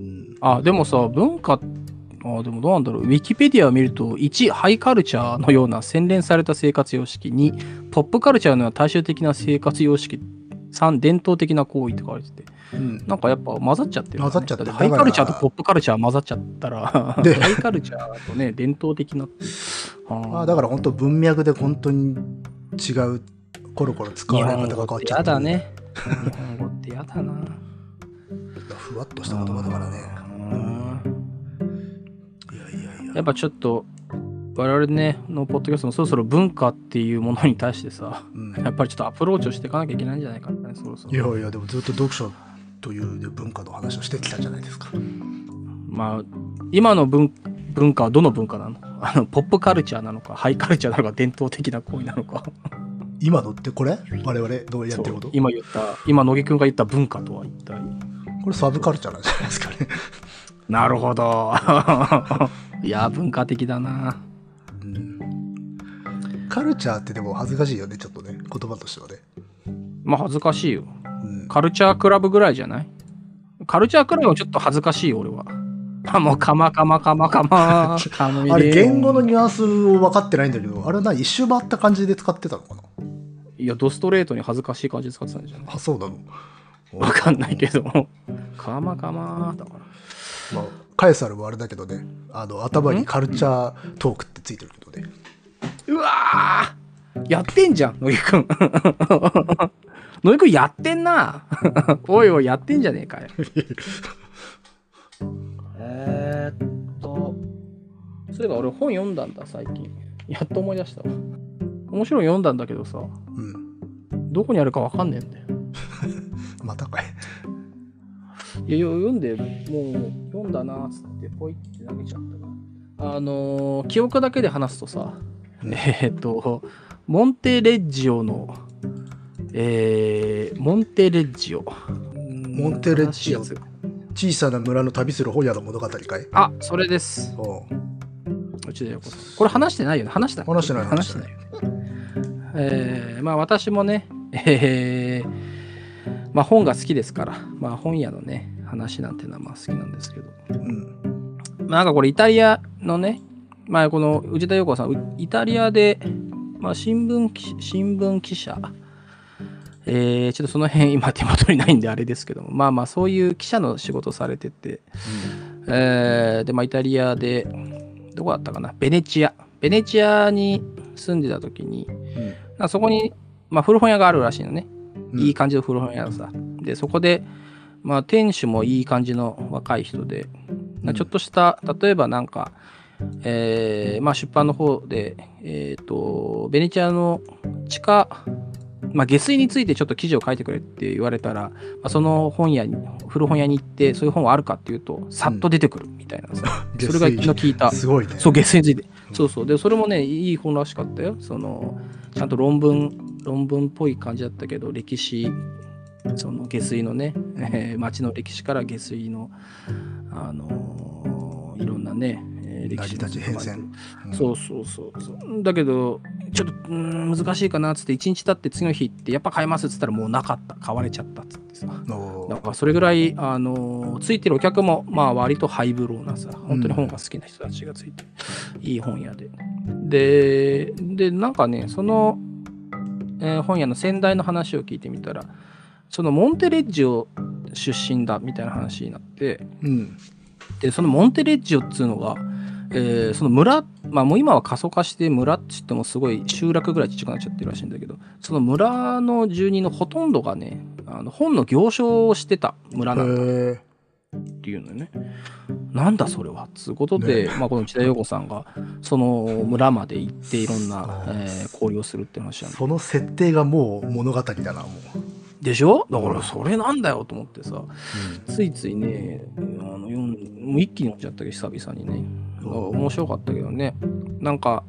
Speaker 2: うん
Speaker 1: なあでもさ文化あでもどうなんだろうウィキペディアを見ると1ハイカルチャーのような洗練された生活様式2ポップカルチャーのような大衆的な生活様式3伝統的な行為って書かれてて
Speaker 2: うん
Speaker 1: なんかやっぱ混ざっちゃってるからね、
Speaker 2: 混ざっちゃってる
Speaker 1: だハイ
Speaker 2: だ
Speaker 1: カ
Speaker 2: から
Speaker 1: ルチャーとポップカルチャー混ざっちゃったら、*laughs*
Speaker 2: で
Speaker 1: ハイカルチャーとね、伝統的な。
Speaker 2: ま
Speaker 1: あ
Speaker 2: あ、だから本当文脈で本当に違うコロコロ使
Speaker 1: 日
Speaker 2: われ
Speaker 1: 本
Speaker 2: 方が変
Speaker 1: 語っ
Speaker 2: わってちゃ
Speaker 1: や
Speaker 2: ってる
Speaker 1: だね。日本語ってやだな。
Speaker 2: ふわっとした言葉だからねいやいやいや
Speaker 1: やっぱちょっと、我々ね、のポッドキャストもそろそろ文化っていうものに対してさ、
Speaker 2: うん
Speaker 1: やっぱりちょっとアプローチをしていかなきゃいけないんじゃないかね、そろそ
Speaker 2: い
Speaker 1: ろ。
Speaker 2: やいやでもずっと読書というね文化の話をしてきたじゃないですか
Speaker 1: まあ、今の文文化はどの文化なの *laughs* あのポップカルチャーなのか、ハイカルチャーなのか、伝統的な行為なのか。
Speaker 2: 今のってこれ我々どうやってるこ
Speaker 1: そ
Speaker 2: と
Speaker 1: う今言った今乃木くんが言った文化とは一体
Speaker 2: これサブカルチャーなんじゃないですかね
Speaker 1: なるほど *laughs* いや文化的だな
Speaker 2: うんカルチャーってでも恥ずかしいよねちょっとね言葉としてはね、
Speaker 1: まあ恥ずかしいよ
Speaker 2: うん
Speaker 1: カルチャークラブぐらいじゃないカルチャークラブはちょっと恥ずかしいよ俺は *laughs* あもうカマカマカマカマカノミ
Speaker 2: *laughs* あれ
Speaker 1: レオン
Speaker 2: 言語のニュアンスを分かってないんだけどあれは何一周回った感じで使ってたのかない
Speaker 1: やドストレートに恥ずかしい感じで使ってたんじゃない
Speaker 2: あそうなの
Speaker 1: わかんないけどカマカマだから
Speaker 2: まあ、カエサルはあれだけどねあの頭にカルチャートークってついてるけどね
Speaker 1: うわーやってんじゃん、乃木 *laughs* くん。乃木くんやってんな。 *laughs* おいおい、やってんじゃねえかよ。 *laughs* えーっと、そういえば俺本読んだんだ、最近。やっと思い出したわ。面白いの読んだんだけどさ、
Speaker 2: うん
Speaker 1: どこにあるかわかんねえんだよ。
Speaker 2: またかい
Speaker 1: いや、よ読んで、もう読んだなーっつって、ポイって投げちゃったからあのー記憶だけで話すとさ、
Speaker 2: うん
Speaker 1: えーっと、モンテレッジオの、えー、モンテレッジオ。モ
Speaker 2: モンテレッジオ小さな村の旅する本屋の物語かい
Speaker 1: あ、それです。
Speaker 2: お
Speaker 1: うちでようこそ。これ話してないよね。話した
Speaker 2: 話してない
Speaker 1: 話してないよね。えー、まあ私もね、えー、まあ本が好きですから、まあ本屋のね、話なんてのはまあ好きなんですけど。
Speaker 2: うん
Speaker 1: まあなんかこれイタリアのね、まあこの内田洋子さん、うイタリアで、まあ新聞記、新聞記者、えーちょっとその辺今手元にないんであれですけども、まあまあそういう記者の仕事されてて、えーで、まあイタリアで、どこだったかな、ベネチア。ベネチアに住んでた時に、まあそこに、まあ古本屋があるらしいのね。
Speaker 2: うん
Speaker 1: いい感じの古本屋のさ。で、そこで、まあ、店主もいい感じの若い人で、まあちょっとした、例えばなんか、えーまあ、出版の方で、えー、とベネチアの地下、まあ、下水についてちょっと記事を書いてくれって言われたら、まあ、その本屋に古本屋に行ってそういう本はあるかっていうとさっと出てくるみたいなさ、
Speaker 2: 下
Speaker 1: そ
Speaker 2: 水
Speaker 1: れがの聞いた
Speaker 2: すごいね
Speaker 1: そう、下水について。
Speaker 2: うん
Speaker 1: そうそう。で、それもね、いい本らしかったよ。その、ちゃんと論文、論文っぽい感じだったけど、歴史、その下水のね、えー町の歴史から下水の、あのーいろんなね、えね歴史
Speaker 2: 成り立ち変遷うん
Speaker 1: そうそうそうそうだけどちょっとうーん難しいかなっつって1日経って次の日ってやっぱ買えますっつったらもうなかった買われちゃったっつってさ
Speaker 2: お
Speaker 1: だ
Speaker 2: ー
Speaker 1: からそれぐらい、あのーついてるお客も、まあ、割とハイブローなさ本当に本が好きな人たちがついて、いい本屋でででなんかねその、えー本屋の先代の話を聞いてみたらそのモンテレッジオ出身だみたいな話になって
Speaker 2: うん
Speaker 1: でそのモンテレッジオっつうのが、えーその村、まあ、もう今は過疎化して村って言ってもすごい集落ぐらいちっちゃくなっちゃってるらしいんだけどその村の住人のほとんどがねあの本の行商をしてた村なんだ
Speaker 2: へ
Speaker 1: っていうのよね。なんだそれはっつうことで、まあ、この内田洋子さんがその村まで行っていろんな、
Speaker 2: そ
Speaker 1: え
Speaker 2: う
Speaker 1: ー交流をするって話
Speaker 2: え
Speaker 1: なんだ
Speaker 2: その設定がもう物語だなもう、
Speaker 1: でしょだからそれなんだよと思ってさついついねあの読んもう一気に読んじゃったけど久々にね
Speaker 2: うん
Speaker 1: 面白かったけどねなんか、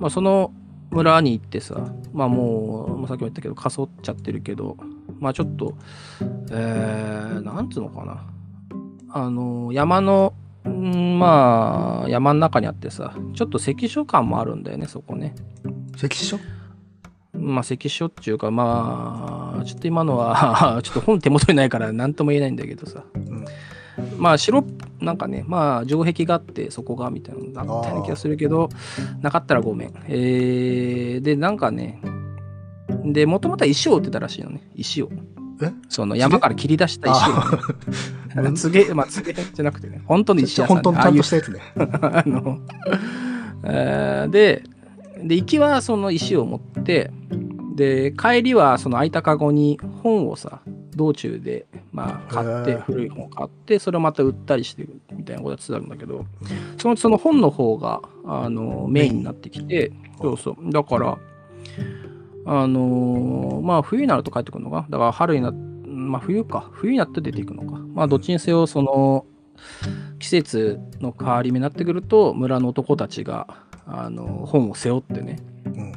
Speaker 1: まあ、その村に行ってさまあもう、まあ、さっきも言ったけどかそっちゃってるけどまあちょっとえー、なんつうのかなあの山のうんまあ山の中にあってさちょっと関所感もあるんだよねそこね
Speaker 2: 関所
Speaker 1: まあ関所っていうかまあちょっと今のは *laughs* ちょっと本手元にないから何とも言えないんだけどさ
Speaker 2: うん
Speaker 1: まあ白なんかねまあ城壁があってそこがみたいなのだったような気がするけどなかったらごめん、えー、でなんかねでもともとは石を売ってたらしいのね石を
Speaker 2: え
Speaker 1: その山から切り出した石を
Speaker 2: あ
Speaker 1: ね、
Speaker 2: ー
Speaker 1: つげ *laughs* まあつげじゃなくてね本当の石屋さん、ね、
Speaker 2: 本当にち
Speaker 1: あ
Speaker 2: ゃ
Speaker 1: あい
Speaker 2: ん
Speaker 1: う
Speaker 2: としたやつね
Speaker 1: *laughs* あの、えーで、で、行きはその石を持って、で、帰りはその空いたカゴに本をさ、道中で、まあ、買っ
Speaker 2: へ
Speaker 1: て、
Speaker 2: ー
Speaker 1: 古い本を買って、それをまた売ったりしてるみたいなことやってたんだけど、そのその本の方が、あの、メインになってきて、そうそう。だから、あのーまあ、冬になると帰ってくるのか。だから、春になまあ、冬か。冬になって出ていくのか。まあ、どっちにせよ、その、季節の変わり目になってくると村の男たちがあの本を背負ってね
Speaker 2: うん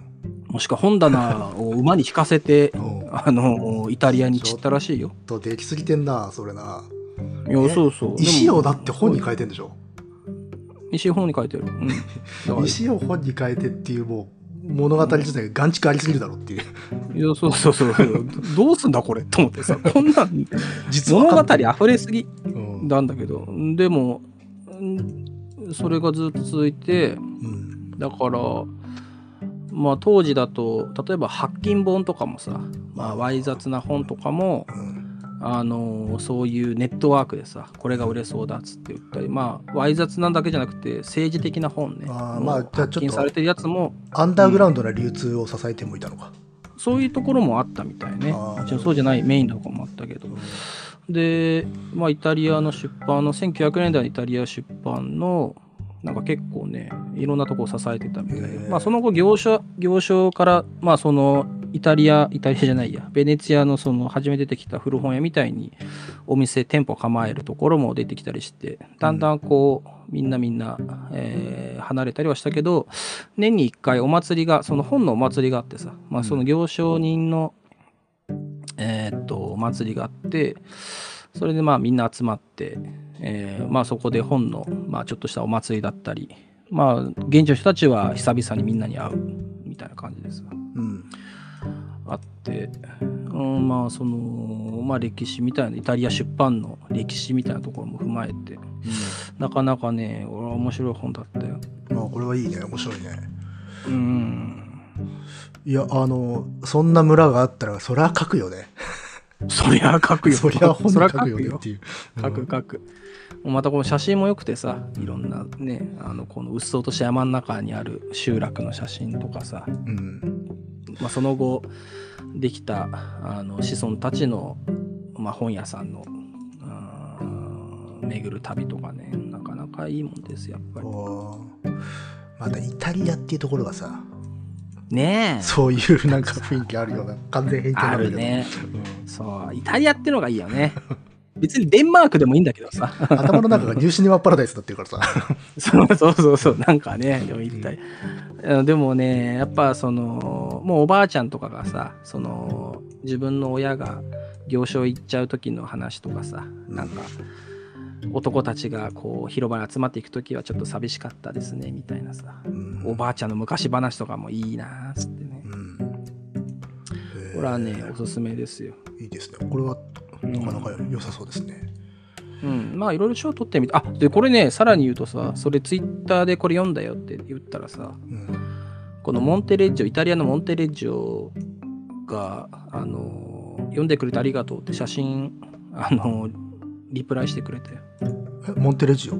Speaker 1: もしくは本棚を馬に引かせて
Speaker 2: うん
Speaker 1: あのイタリアに散ったらしいよ。
Speaker 2: とできすぎてんなそれない
Speaker 1: やそうそう
Speaker 2: 石を
Speaker 1: を
Speaker 2: だって本に変えてんでしょ
Speaker 1: 石を本に書いてある。うん、だから
Speaker 2: *laughs* 石を本に変えてっていうもう物語自体が眼蓄ありすぎるだろうっていう
Speaker 1: いやそうそうそうどうすんだこれと思ってさ *laughs* こんなん
Speaker 2: 実は
Speaker 1: 物
Speaker 2: わ
Speaker 1: 語
Speaker 2: かんない
Speaker 1: 溢れすぎ
Speaker 2: うん
Speaker 1: なんだけどでもうんそれがずっと続いて
Speaker 2: うん
Speaker 1: だからまあ当時だと例えば白金本とかもさ、まあ、わい雑な本とかも、
Speaker 2: うん
Speaker 1: あのーそういうネットワークでさこれが売れそうだっつって言ったりまあわい雑なんだけじゃなくて政治的な本ね
Speaker 2: あー
Speaker 1: もう
Speaker 2: まあじゃあち
Speaker 1: 発
Speaker 2: ょっと
Speaker 1: 禁されてるやつも
Speaker 2: アンダーグラウンドな流通を支えてもいたのか
Speaker 1: そういうところもあったみたいね
Speaker 2: あー
Speaker 1: もちろんそうじゃないメインとかもあったけどで、まあ、イタリアの出版の1900年代のイタリア出版のなんか結構ねいろんなとこを支えてたみたい
Speaker 2: へ
Speaker 1: で、
Speaker 2: え
Speaker 1: まあ、その後行商行商から、まあ、そのイタリアイタリアじゃないやベネツィアのその初め出てきた古本屋みたいにお店店舗構えるところも出てきたりしてだんだんこうみんなみんな、えー離れたりはしたけど年に1回お祭りがその本のお祭りがあってさ、まあ、その行商人の、えーっとお祭りがあってそれでまあみんな集まって、えーまあそこで本の、まあ、ちょっとしたお祭りだったりまあ現地の人たちは久々にみんなに会うみたいな感じです
Speaker 2: うん
Speaker 1: あって、うん、まあそのまあ歴史みたいなイタリア出版の歴史みたいなところも踏まえてなかなかね俺は面白い本だったよ
Speaker 2: まあこれはいいね面白いね
Speaker 1: うん
Speaker 2: いやあのそんな村があったらそりゃ書くよね
Speaker 1: そりゃ書くよ
Speaker 2: そりゃ本に
Speaker 1: そり
Speaker 2: 書
Speaker 1: ゃ書
Speaker 2: くよ
Speaker 1: く
Speaker 2: ね
Speaker 1: よ
Speaker 2: っていう
Speaker 1: 書く書く。もうまたこの写真も良くてさ、いろんなね、あのこのうっそうとした山の中にある集落の写真とかさ、
Speaker 2: うん
Speaker 1: まあ、その後できたあの子孫たちの、まあ、本屋さんのあー巡る旅とかね、なかなかいいもんですよ、やっぱり。
Speaker 2: おーまたイタリアっていうところがさ
Speaker 1: ねえ。
Speaker 2: そういうなんか雰囲気あるような完全偏見
Speaker 1: あ
Speaker 2: なんだけ
Speaker 1: る
Speaker 2: ど
Speaker 1: ね。
Speaker 2: うん
Speaker 1: そう、イタリアってのがいいよ
Speaker 2: *laughs*
Speaker 1: ね。別にデンマークでもいいんだけどさ。
Speaker 2: 頭の中がニューシネマパラダイスだってるからさ
Speaker 1: そうそうそうそうなんかねでも言いたい、うんでもねやっぱそのもうおばあちゃんとかがさその自分の親が行商行っちゃう時の話とかさなんか男たちがこう広場に集まっていく時はちょっと寂しかったですねみたいなさ
Speaker 2: う
Speaker 1: *laughs*
Speaker 2: ん
Speaker 1: おばあちゃんの昔話とかもいいなーっつってね
Speaker 2: うんえー
Speaker 1: これはねおすすめですよ
Speaker 2: いいですねこれはなかなか良さそうですね、
Speaker 1: うん、まあいろいろ賞取ってみてあでこれねさらに言うとさそれツイッターでこれ読んだよって言ったらさ
Speaker 2: うん
Speaker 1: このモンテレッジョイタリアのモンテレッジョがあの読んでくれてありがとうって写真あのリプライしてくれて
Speaker 2: えモンテレジオ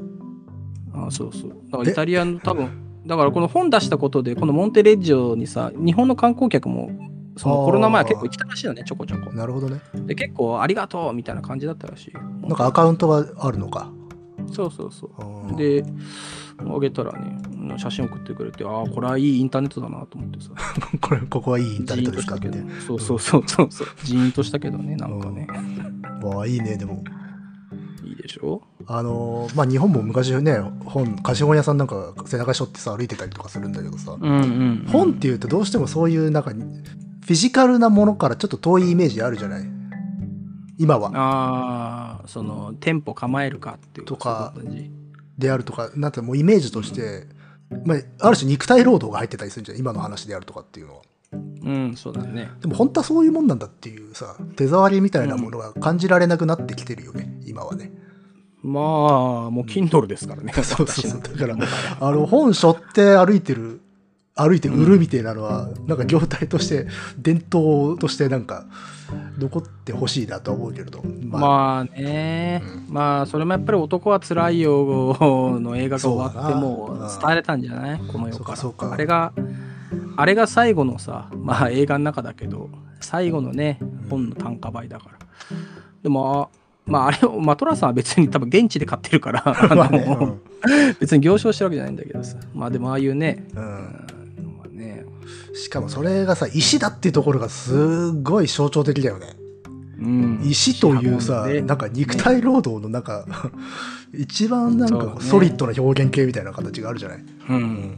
Speaker 1: あそうそうだか
Speaker 2: え
Speaker 1: らイタリアの多分だからこの本出したことでこのモンテレッジョにさ日本の観光客もそのコロナ前は結構来たらしいよねちょこちょこ
Speaker 2: なるほどね
Speaker 1: で結構ありがとうみたいな感じだったらしいよ
Speaker 2: なんかアカウントがあるのか
Speaker 1: そうそうそう
Speaker 2: あ
Speaker 1: で、
Speaker 2: ー
Speaker 1: あげたらね、うん写真送ってくれて、ああ、これはいいインターネットだなと思ってさ。
Speaker 2: *laughs* これここはいいインターネットですかっ
Speaker 1: ジーンとしたけ
Speaker 2: て
Speaker 1: ど。そうそうそう *laughs* そうそう。ジーンとしたけどね、なんかね。
Speaker 2: わあいいねでも
Speaker 1: いいでしょ
Speaker 2: あのーまあ日本も昔ね本貸本屋さんなんか背中背負ってさ歩いてたりとかするんだけどさ、
Speaker 1: うんうん。
Speaker 2: 本っていうとどうしてもそういうなんかフィジカルなものからちょっと遠いイメージあるじゃない今は
Speaker 1: ああ、その、店舗構えるかっていう
Speaker 2: とか
Speaker 1: そういう感じ
Speaker 2: であるとかなんてもうイメージとして、まあ、ある種肉体労働が入ってたりするんじゃない今の話であるとかっていうのは
Speaker 1: うん、そうだね。
Speaker 2: でも本当はそういうもんなんだっていうさ手触りみたいなものが感じられなくなってきてるよね、今はね
Speaker 1: まあ、もう Kindle ですから *laughs* ね。
Speaker 2: そうそう
Speaker 1: 私
Speaker 2: そ
Speaker 1: なん
Speaker 2: う
Speaker 1: て
Speaker 2: *laughs* だからあの本背負って歩いてる歩いて売るみたいなのは、なんか業態として伝統としてなんか残ってほしいなとは思うけれどま
Speaker 1: まあね、まあそれもやっぱり男はつらいよの映画が終わって
Speaker 2: そ
Speaker 1: も
Speaker 2: うだな
Speaker 1: う伝えれたんじゃないこの世
Speaker 2: そう
Speaker 1: か
Speaker 2: からそうか
Speaker 1: あれがあれが最後のさまあ映画の中だけど最後のね本の単価倍だから、でもあまああれをまあトラさんは別に多分現地で買ってるからあ
Speaker 2: *laughs* まあね
Speaker 1: の別に行商してるわけじゃないんだけどさまあでもああいうね
Speaker 2: う
Speaker 1: う
Speaker 2: ん
Speaker 1: んのはね
Speaker 2: うんしかもそれがさ石だっていうところがすごい象徴的だよね
Speaker 1: うん
Speaker 2: 石というさ
Speaker 1: ね
Speaker 2: なんか肉体労働のなんか一番なんかこう
Speaker 1: そう
Speaker 2: ソ
Speaker 1: だね
Speaker 2: リッドな表現形みたいな形があるじゃない、
Speaker 1: うん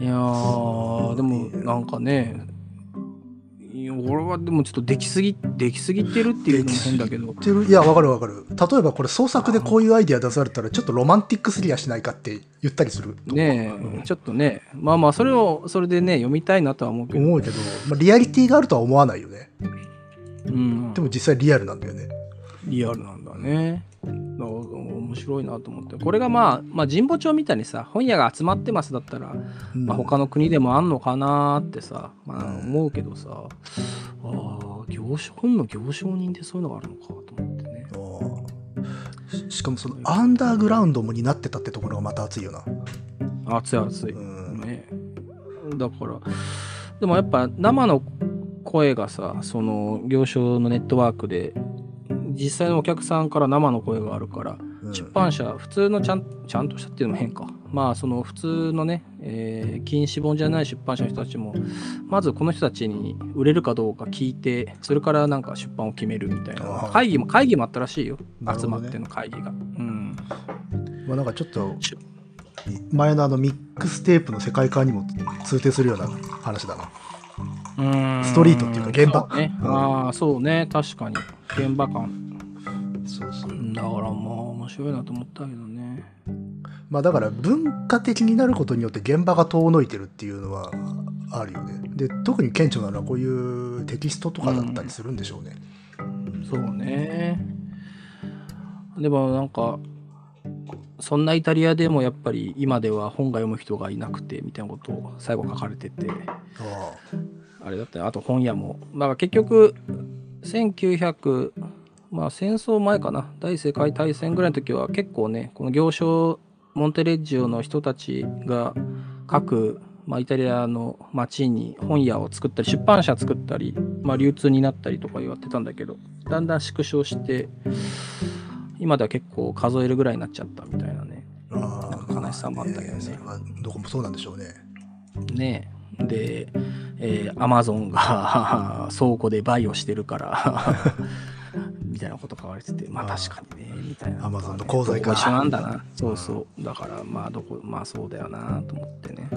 Speaker 1: いやーでもなんかねいや俺はでもちょっとできすぎできすぎてるっていうのも変だけど
Speaker 2: てるいやわかるわかる例えばこれ創作でこういうアイディア出されたらちょっとロマンティックすぎやしないかって言ったりすると
Speaker 1: ねえちょっとねまあまあそれをそれでね読みたいなとは思うけど、
Speaker 2: 思うけど、まあ、リアリティがあるとは思わないよね
Speaker 1: うん、
Speaker 2: でも実際リアルなんだよね
Speaker 1: リアルなんだねだから面白いなと思ってこれがまあ、まあ、神保町みたいにさ本屋が集まってますだったら、
Speaker 2: うん
Speaker 1: まあ、他の国でもあんのかなーってさ、まあ、思うけどさあー行商本の行商人でそういうのがあるのかと思ってね
Speaker 2: うんししかもそのアンダーグラウンドも担ってたってところがまた熱いよな
Speaker 1: 熱い熱い、
Speaker 2: うん
Speaker 1: ねだからでもやっぱ生の声がさその行商のネットワークで実際のお客さんから生の声があるから、
Speaker 2: うん
Speaker 1: 出版社普通のちゃんちゃんとしたっていうのも変かまあその普通のね、えー禁止本じゃない出版社の人たちもまずこの人たちに売れるかどうか聞いてそれからなんか出版を決めるみたい
Speaker 2: あ
Speaker 1: な
Speaker 2: ー
Speaker 1: 会議も会議もあったらしいよ、
Speaker 2: なるほ
Speaker 1: 集
Speaker 2: どね
Speaker 1: まっての会議がうん
Speaker 2: まあ、なんかちょっと
Speaker 1: し
Speaker 2: 前のあのミックステープの世界観にも通底するような話だなス
Speaker 1: ス
Speaker 2: トリートっていうか現場
Speaker 1: ね、
Speaker 2: うん
Speaker 1: ああそうね確かに現場感
Speaker 2: そうそう
Speaker 1: だからまあ面白いなと思ったけどね
Speaker 2: まあだから文化的になることによって現場が遠のいてるっていうのはあるよねで特に顕著なのはこういうテキストとかだったりするんでしょうね、
Speaker 1: そうねでもなんかそんなイタリアでもやっぱり今では本が読む人がいなくてみたいなことを最後書かれてて
Speaker 2: あ
Speaker 1: あれだったよあと本屋もだから結局1900まあ戦争前かな第一次世界大戦ぐらいの時は結構ねこの行商モンテレッジオの人たちが各、まあ、イタリアの町に本屋を作ったり出版社作ったり、まあ、流通になったりとかやってたんだけどだんだん縮小して今では結構数えるぐらいになっちゃったみたいなね
Speaker 2: ああ
Speaker 1: なんか悲しさもあったけどね
Speaker 2: それはどこもそうなんでしょうね
Speaker 1: ねで、えー、アマゾンが *laughs* 倉庫でバイをしてるから *laughs* みたいなこと書かれててま
Speaker 2: あ
Speaker 1: あ
Speaker 2: ー
Speaker 1: 確かにねみたいな
Speaker 2: Amazon の口座か
Speaker 1: どこも一緒なんだなそうそう *laughs* だからまあどこまあそうだよなと思ってね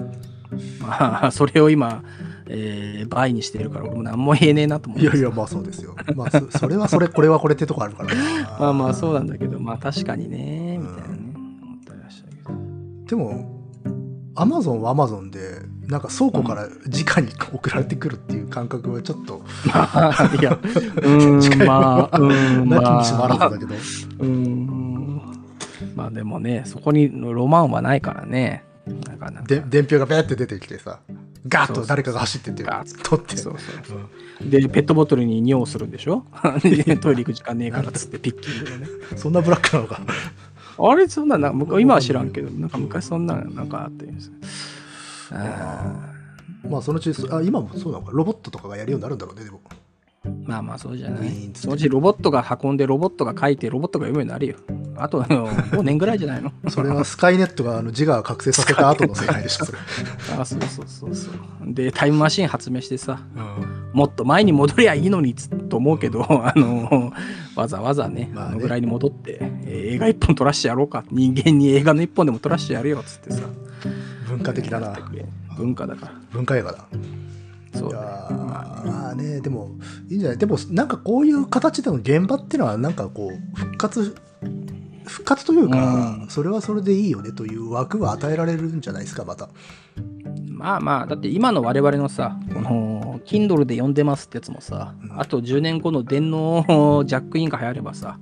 Speaker 1: まあそれを今えー倍にしてるから俺も何も言えねえなと思っ
Speaker 2: い
Speaker 1: て
Speaker 2: やいや、まあそうですよ。まあそ、それはそれ、これはこれってとこあるからな。
Speaker 1: まあまあそうなんだけどまあ確かにねみたいなね
Speaker 2: う
Speaker 1: 思ったりはしたけど
Speaker 2: でも、アマゾンはアマゾンで、なんか倉庫から直に送られてくるっていう感覚はちょっと、
Speaker 1: まあ
Speaker 2: *laughs*
Speaker 1: いやうーんまあうーん
Speaker 2: なき
Speaker 1: ま
Speaker 2: にしもあらず
Speaker 1: あ
Speaker 2: だけど、
Speaker 1: うーんまあでもねそこにロマンはないからねなかなか
Speaker 2: で伝票がベーって出てきてさ、ガーッ
Speaker 1: そうそうそ
Speaker 2: と
Speaker 1: う
Speaker 2: 誰かが走ってって
Speaker 1: ガーッ、
Speaker 2: 取って。
Speaker 1: そうそうでペットボトルに尿するんでし *laughs* ょでトイレ行く時間ねえからっ *laughs* つってピッキングでね
Speaker 2: うんそんなブラックなのか。
Speaker 1: あれそんななむか今は知らんけどなんか昔そんななんかあったんですよあ
Speaker 2: まあそのうち、そあ今もそうなのか、ロボットとかがやるようになるんだろうね、でも。
Speaker 1: ーまあまあそうじゃな
Speaker 2: ウィ
Speaker 1: い
Speaker 2: ーンっつって
Speaker 1: そのうちロボットが運んでロボットが書いてロボットが読むようになるよあとあ *laughs* の5年ぐらいじゃないの
Speaker 2: それはスカイネットがあの自我を覚醒させた後の世界でしょ、それ。
Speaker 1: あそうそうそうそうでタイムマシン発明してさ
Speaker 2: うん
Speaker 1: もっと前に戻りゃいいのにっつと思うけ
Speaker 2: *laughs*
Speaker 1: どあのわざわざね,、
Speaker 2: まあ
Speaker 1: あ、
Speaker 2: ね
Speaker 1: のぐらいに戻って、えー映画一本撮らしてやろうか人間に映画の一本でも撮らしてやるよっつってさ
Speaker 2: 文化的だな。
Speaker 1: 文化だから
Speaker 2: 文化映画だ。
Speaker 1: そう
Speaker 2: いや
Speaker 1: だよ
Speaker 2: ー
Speaker 1: まあね
Speaker 2: まあねでもいいんじゃないでもなんかこういう形での現場っていうのはなんかこう復活復活というか、
Speaker 1: うん
Speaker 2: それはそれでいいよねという枠は与えられるんじゃないですかまた
Speaker 1: まあまあだって今の我々のさこの Kindle で読んでますってやつもさ、
Speaker 2: うん
Speaker 1: あと10年後の電脳ジャックインが流行ればさ、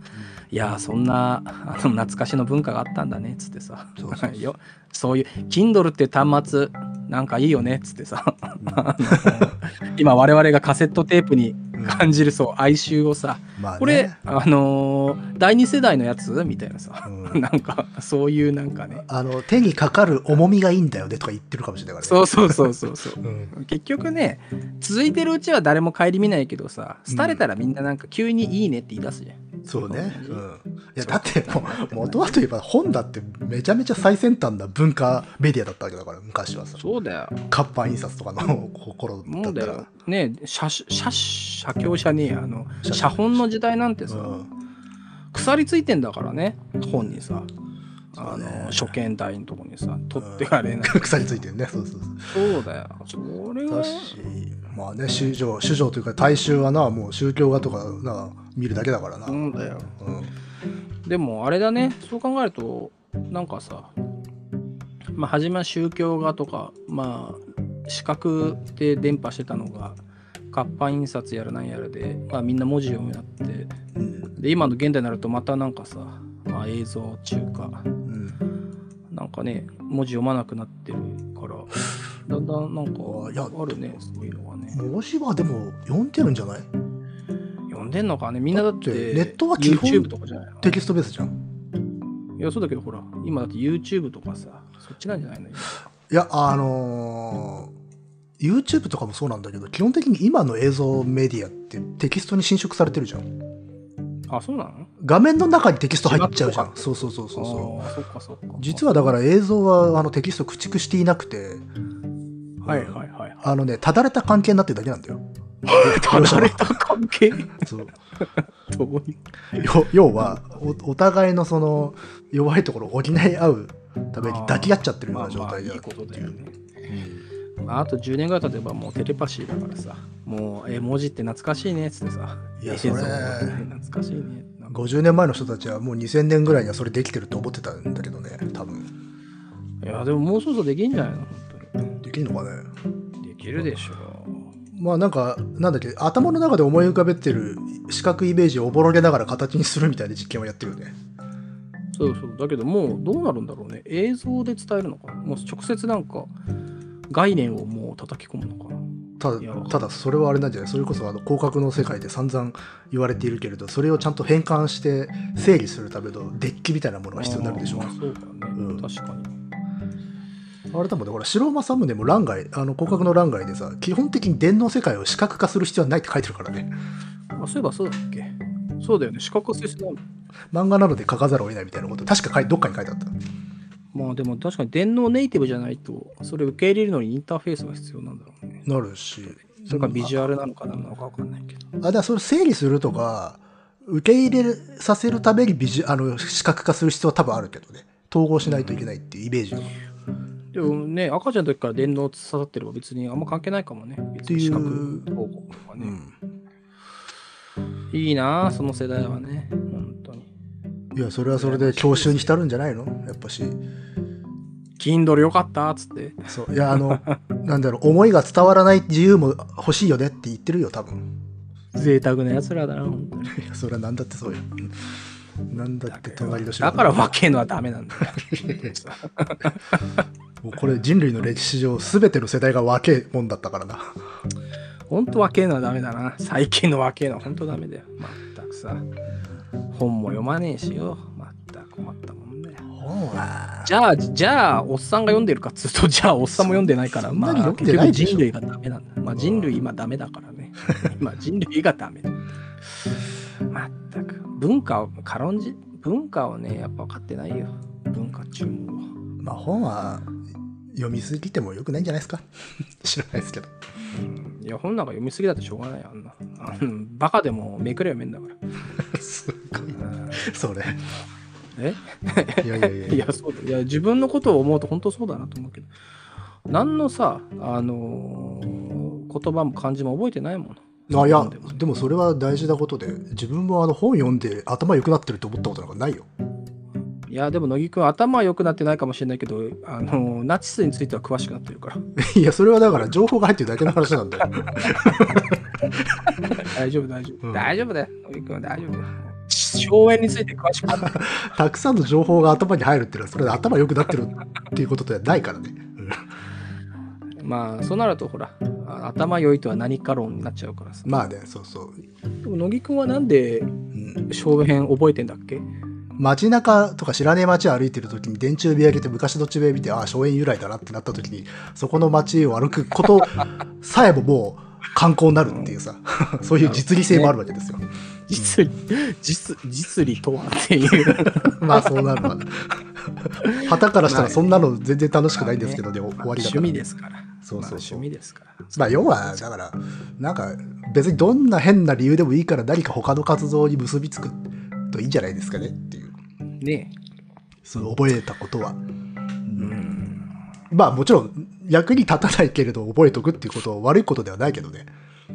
Speaker 1: いやーそんなあの懐かしの文化があったんだねっつってさ
Speaker 2: そうそうそ
Speaker 1: *laughs* よそういう Kindle って端末なんかいいよねっつってさあの *laughs* 今我々がカセットテープに感じるそう哀愁をさ
Speaker 2: まあね
Speaker 1: これあのー第二世代のやつみたいなさ、
Speaker 2: う
Speaker 1: *laughs*
Speaker 2: ん
Speaker 1: なんかそういうなんかね
Speaker 2: あの手にかかる重みがいいんだよねとか言ってるかもしれないから
Speaker 1: そ
Speaker 2: ね
Speaker 1: うそうそうそうそう
Speaker 2: うん
Speaker 1: 結局ね続いてるうちは誰も顧みないけどさ廃れたらみんななんか急に「いいね」って言い出すじゃん、
Speaker 2: そうね、うん、いやだってもう元はといえば本だってめちゃめちゃ最先端な文化メディアだったわけだから昔はさ
Speaker 1: そうだよ
Speaker 2: 活版印刷とかの頃だ
Speaker 1: も
Speaker 2: っ
Speaker 1: うだ
Speaker 2: たら
Speaker 1: よねえ写写写経じゃねえやあの
Speaker 2: 写
Speaker 1: 写本の時代なんてさ、
Speaker 2: うん
Speaker 1: 腐りついてんだからね本にさ
Speaker 2: そ
Speaker 1: あ
Speaker 2: うね
Speaker 1: の初見台のとこにさ取ってかれない、
Speaker 2: 腐りついてるねそうそうそう
Speaker 1: そうだよそれは
Speaker 2: だし、まあね、宗教、宗教というか、大衆はな、もう宗教画とかな、見るだけだからな。う
Speaker 1: そ
Speaker 2: ん。
Speaker 1: うだよでもあれだねそう考えるとなんかさまあ初めは宗教画とかまあ視覚で伝播してたのが活版印刷やらなんやらで、まあ、みんな文字読むようになって
Speaker 2: うん
Speaker 1: で今の現代になるとまたなんかさ、まあ、映像中華
Speaker 2: うん
Speaker 1: なんかね文字読まなくなってるからだんだんなんか
Speaker 2: あいや
Speaker 1: あるねそういうのがね
Speaker 2: 文字はでも、読んでるんじゃない
Speaker 1: 読んでんのかねみんなだっ
Speaker 2: だって
Speaker 1: て
Speaker 2: ネットは基本
Speaker 1: YouTube とかじゃないの
Speaker 2: テキストベースじゃん。
Speaker 1: いやそうだけどほら今だって YouTube とかさそっちなんじゃないの
Speaker 2: いや、あのー、YouTube とかもそうなんだけど、基本的に今の映像メディアってテキストに侵食されてるじゃん。
Speaker 1: あそうなの
Speaker 2: 画面の中にテキスト入っちゃうじゃ
Speaker 1: 字幕
Speaker 2: ん。そうそうそうそうそう。
Speaker 1: あーそっかそっか
Speaker 2: 実はだから映像はあのテキスト駆逐していなくて、
Speaker 1: はいはいはい
Speaker 2: *laughs* あのね、ただれた関係になってるだけなんだよ。
Speaker 1: ただれた関係
Speaker 2: そう
Speaker 1: どういう
Speaker 2: *laughs* よ要はおお互いのその弱いところを補い合うために抱き合っちゃってるよう
Speaker 1: まあ
Speaker 2: な状
Speaker 1: まあ
Speaker 2: 態
Speaker 1: い
Speaker 2: じゃん
Speaker 1: いことだよねまあ、あと10年ぐらい経てばもうテレパシーだからさもう絵文字って懐かしいねっつってさ
Speaker 2: いや
Speaker 1: 映
Speaker 2: それ
Speaker 1: 像懐かしいねなんか
Speaker 2: 50年前の人たちはもう2000年ぐらいにはそれできてると思ってたんだけどね多分
Speaker 1: いやでももうそろそろできんじゃないの本
Speaker 2: できるのかね
Speaker 1: 当にできるでしょ
Speaker 2: まあなんかなんだっけ頭の中で思い浮かべてる視覚イメージをおぼろげながら形にするみたいな実験をやってるよね
Speaker 1: そうそうだけどもうどうなるんだろうね映像で伝えるのかなもう直接なんか概念をもう叩き込むのかな
Speaker 2: ただ
Speaker 1: いやわかる
Speaker 2: ただそれはあれなんじゃないそれこそあの広角の世界で散々言われているけれどそれをちゃんと変換して整理するためのデッキみたいなものが必要になるでしょう
Speaker 1: あーそうかね、
Speaker 2: うん
Speaker 1: 確かに
Speaker 2: あれだもんね、ほら、白政宗も欄外、あの、広角の欄外でさ、基本的に電脳世界を視覚化する必要はないって書いてるからね。
Speaker 1: あそういえばそうだっけそうだよね視覚性しない
Speaker 2: 漫画なので書かざるを得ないみたいなこと、確か書いどっかに書いてあった。
Speaker 1: まあでも確かに電脳ネイティブじゃないとそれ受け入れるのにインターフェースが必要なんだろうね
Speaker 2: なるし。
Speaker 1: それかビジュアルなのかなんなのかわかんないけど
Speaker 2: あ、だからそれ整理するとか、受け入れさせるためにビジュあの、視覚化する必要は多分あるけどね。統合しないといけないっていうイメージは
Speaker 1: でもね、赤ちゃんの時から電脳刺さってれば別にあんま関係ないかもね。別に視覚
Speaker 2: っていう
Speaker 1: 方向とか
Speaker 2: う
Speaker 1: ね。
Speaker 2: ん
Speaker 1: いいなあその世代はね。本当に。
Speaker 2: いやそれはそれで教習に浸るんじゃないのやっぱし
Speaker 1: Kindle よかったっつって。
Speaker 2: そういやあのなんだろう思いが伝わらない自由も欲しいよねって言ってるよ多分
Speaker 1: 贅沢なやつらだな、本当に。
Speaker 2: いやそれは何だってそうようんなんだって隣の人
Speaker 1: だから分けんのはダメなんだよ。
Speaker 2: もうこれ人類の歴史上全ての世代が若えもんだったからな
Speaker 1: ほんと分けんのはダメだな。最近の分けんのはほんとダメだよ。まったくさ。本も読まねえしよ。まったく困ったもんだよ。じゃあ、じゃあ、おっさんが読んでるかっつうと、 *laughs* じゃあ、おっさんも読んでないから、
Speaker 2: そんな
Speaker 1: ま
Speaker 2: に
Speaker 1: あ、
Speaker 2: 読んでないでし
Speaker 1: 結
Speaker 2: ょ
Speaker 1: 局人類がダメなんだ。まあ、人類今ダメだからね。 *laughs* 今、人類がダメだ。まったく。文化を、軽んじ、文化をね、やっぱ分かってないよ。文化注文を。
Speaker 2: まあ本は読みすぎてもよくないんじゃないですか *laughs* 知らないですけど
Speaker 1: いや、本なんか読みすぎだってしょうがないよ、あんな。あのバカでもめくれはめんだから。
Speaker 2: すごいそれ
Speaker 1: え
Speaker 2: いやいやいや
Speaker 1: いや、そうだ。いや、自分のことを思うと本当そうだなと思うけど。何のさ、あのー言葉も漢字も覚えてないもの。
Speaker 2: あいや
Speaker 1: でも
Speaker 2: でもそれは大事なことで自分もあの本読んで頭良くなってると思ったことなんかないよ *laughs*
Speaker 1: いや、でも乃木くん、頭は良くなってないかもしれないけど、あのーナチスについては詳しくなってるから。
Speaker 2: いやそれはだから情報が入ってるだけの話なんだ *laughs* よ
Speaker 1: 大丈夫、大丈夫。
Speaker 2: うん
Speaker 1: 大丈夫だよ、乃木くんは大丈夫だよ。荘園について詳しくなってる。
Speaker 2: たくさんの情報が頭に入るっていうのはそれで頭良くなってるっていうことではないからねうん
Speaker 1: *laughs* まあ、そうなると、ほら、あ頭良いとは何か論になっちゃうからさ。
Speaker 2: まあねそうそう、
Speaker 1: でも乃木くんはなんで
Speaker 2: うん、
Speaker 1: 荘園覚えてんだっけ
Speaker 2: 街中とか知らねえ街を歩いてる時に電柱見上げて昔の地名見てああ荘園由来だなってなった時にそこの街を歩くことさえももう観光になるっていうさ *laughs* そういう実利性もあるわけですよ、
Speaker 1: 実利、実、実利とはっていう。
Speaker 2: まあそうなるわ。旗からしたらそんなの全然楽しくないんですけどね、終わりだ
Speaker 1: 趣
Speaker 2: から。
Speaker 1: 味ですから。
Speaker 2: そうそう
Speaker 1: まあ趣
Speaker 2: そう
Speaker 1: 味ですから。
Speaker 2: まあ要は、だから、なんか別にどんな変な理由でもいいから何か他の活動に結びつくといいんじゃないですかねっていう。
Speaker 1: ね
Speaker 2: その覚えたことは。
Speaker 1: うん。
Speaker 2: まあもちろん役に立たないけれど覚えとくっていうことは悪いことではないけどね。う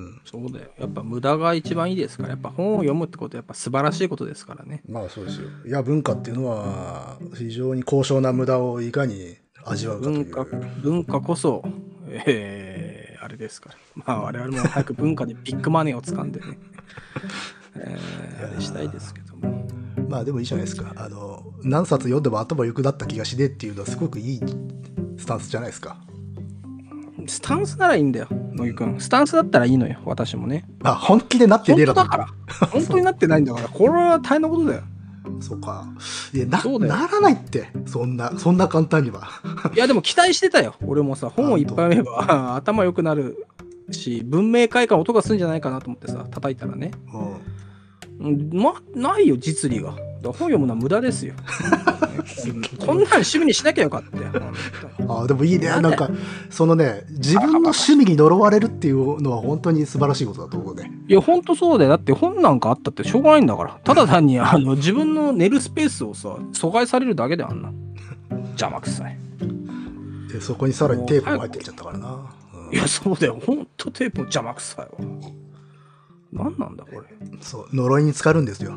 Speaker 2: ん。
Speaker 1: そうだよ。やっぱ無駄が一番いいですから、やっぱ本を読むってことはやっぱ素晴らしいことですからね。
Speaker 2: まあそうですよ。いや文化っていうのは非常に高尚な無駄をいかに味わうかと
Speaker 1: 文
Speaker 2: い
Speaker 1: 化、
Speaker 2: う。
Speaker 1: 文化こそ、えー、あれですから。まあ我々も早く文化でビッグマネーを掴んで
Speaker 2: *laughs*
Speaker 1: ね。えー、あれしたいですけども。
Speaker 2: まあでもいいじゃないですか。あの、何冊読んでも頭良くなった気がしねえっていうのはすごくいいスタンスじゃないですか。
Speaker 1: スタンスならいいんだよ、乃木くん。スタンスだったらいいのよ、私もね。
Speaker 2: まあ本気でなって
Speaker 1: 本
Speaker 2: ねえ
Speaker 1: 当
Speaker 2: だ
Speaker 1: だから。
Speaker 2: *laughs*
Speaker 1: 本当になってないんだから、これは大変なことだよ。
Speaker 2: そうか。いや、な、
Speaker 1: そうだよ
Speaker 2: ならないって。そんな、そんな簡単には。
Speaker 1: いやでも期待してたよ俺もさ本をいっぱい読めば *laughs* 頭良くなるし文明開化の音がするんじゃないかなと思ってさ叩いたらね、
Speaker 2: う
Speaker 1: うんま、ないよ実利がだから本読むのは無駄ですよこんなん趣味にしなきゃよかったよ本当に
Speaker 2: ん。ああ、でもいいね。
Speaker 1: な
Speaker 2: なん
Speaker 1: だ
Speaker 2: ん
Speaker 1: よ
Speaker 2: か、そのね、自分の趣味に呪われるっていうのは本当に素晴らしいことだと思うね。
Speaker 1: いやほんとそうだよだって本なんかあったってしょうがないんだからただ単にあの自分の寝るスペースをさ阻害されるだけであんな邪魔くさい
Speaker 2: で、そこにさらにテープも入ってきちゃったからな。
Speaker 1: いやそうだよほんとテープも邪魔くさいわ何なんだこれ
Speaker 2: うん、そう、呪いに浸かるんですよ。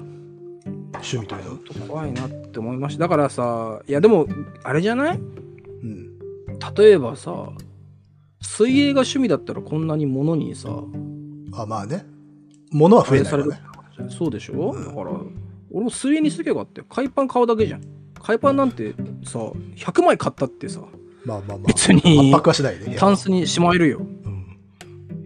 Speaker 2: 趣味というのは。
Speaker 1: 怖いなって思いましただからさいやでもあれじゃない
Speaker 2: うん。
Speaker 1: 例えばさ水泳が趣味だったらこんなに物にさ
Speaker 2: あ、まあね。物は増えないからね。
Speaker 1: そうでしょ、
Speaker 2: うん
Speaker 1: だから俺も水泳にしときゃよかったよ海パン買うだけじゃん海パンなんてさ100枚買ったってさ
Speaker 2: まあまあまあ。
Speaker 1: 別に
Speaker 2: 圧迫はしないね。部屋
Speaker 1: タンスにしまえるよ
Speaker 2: うん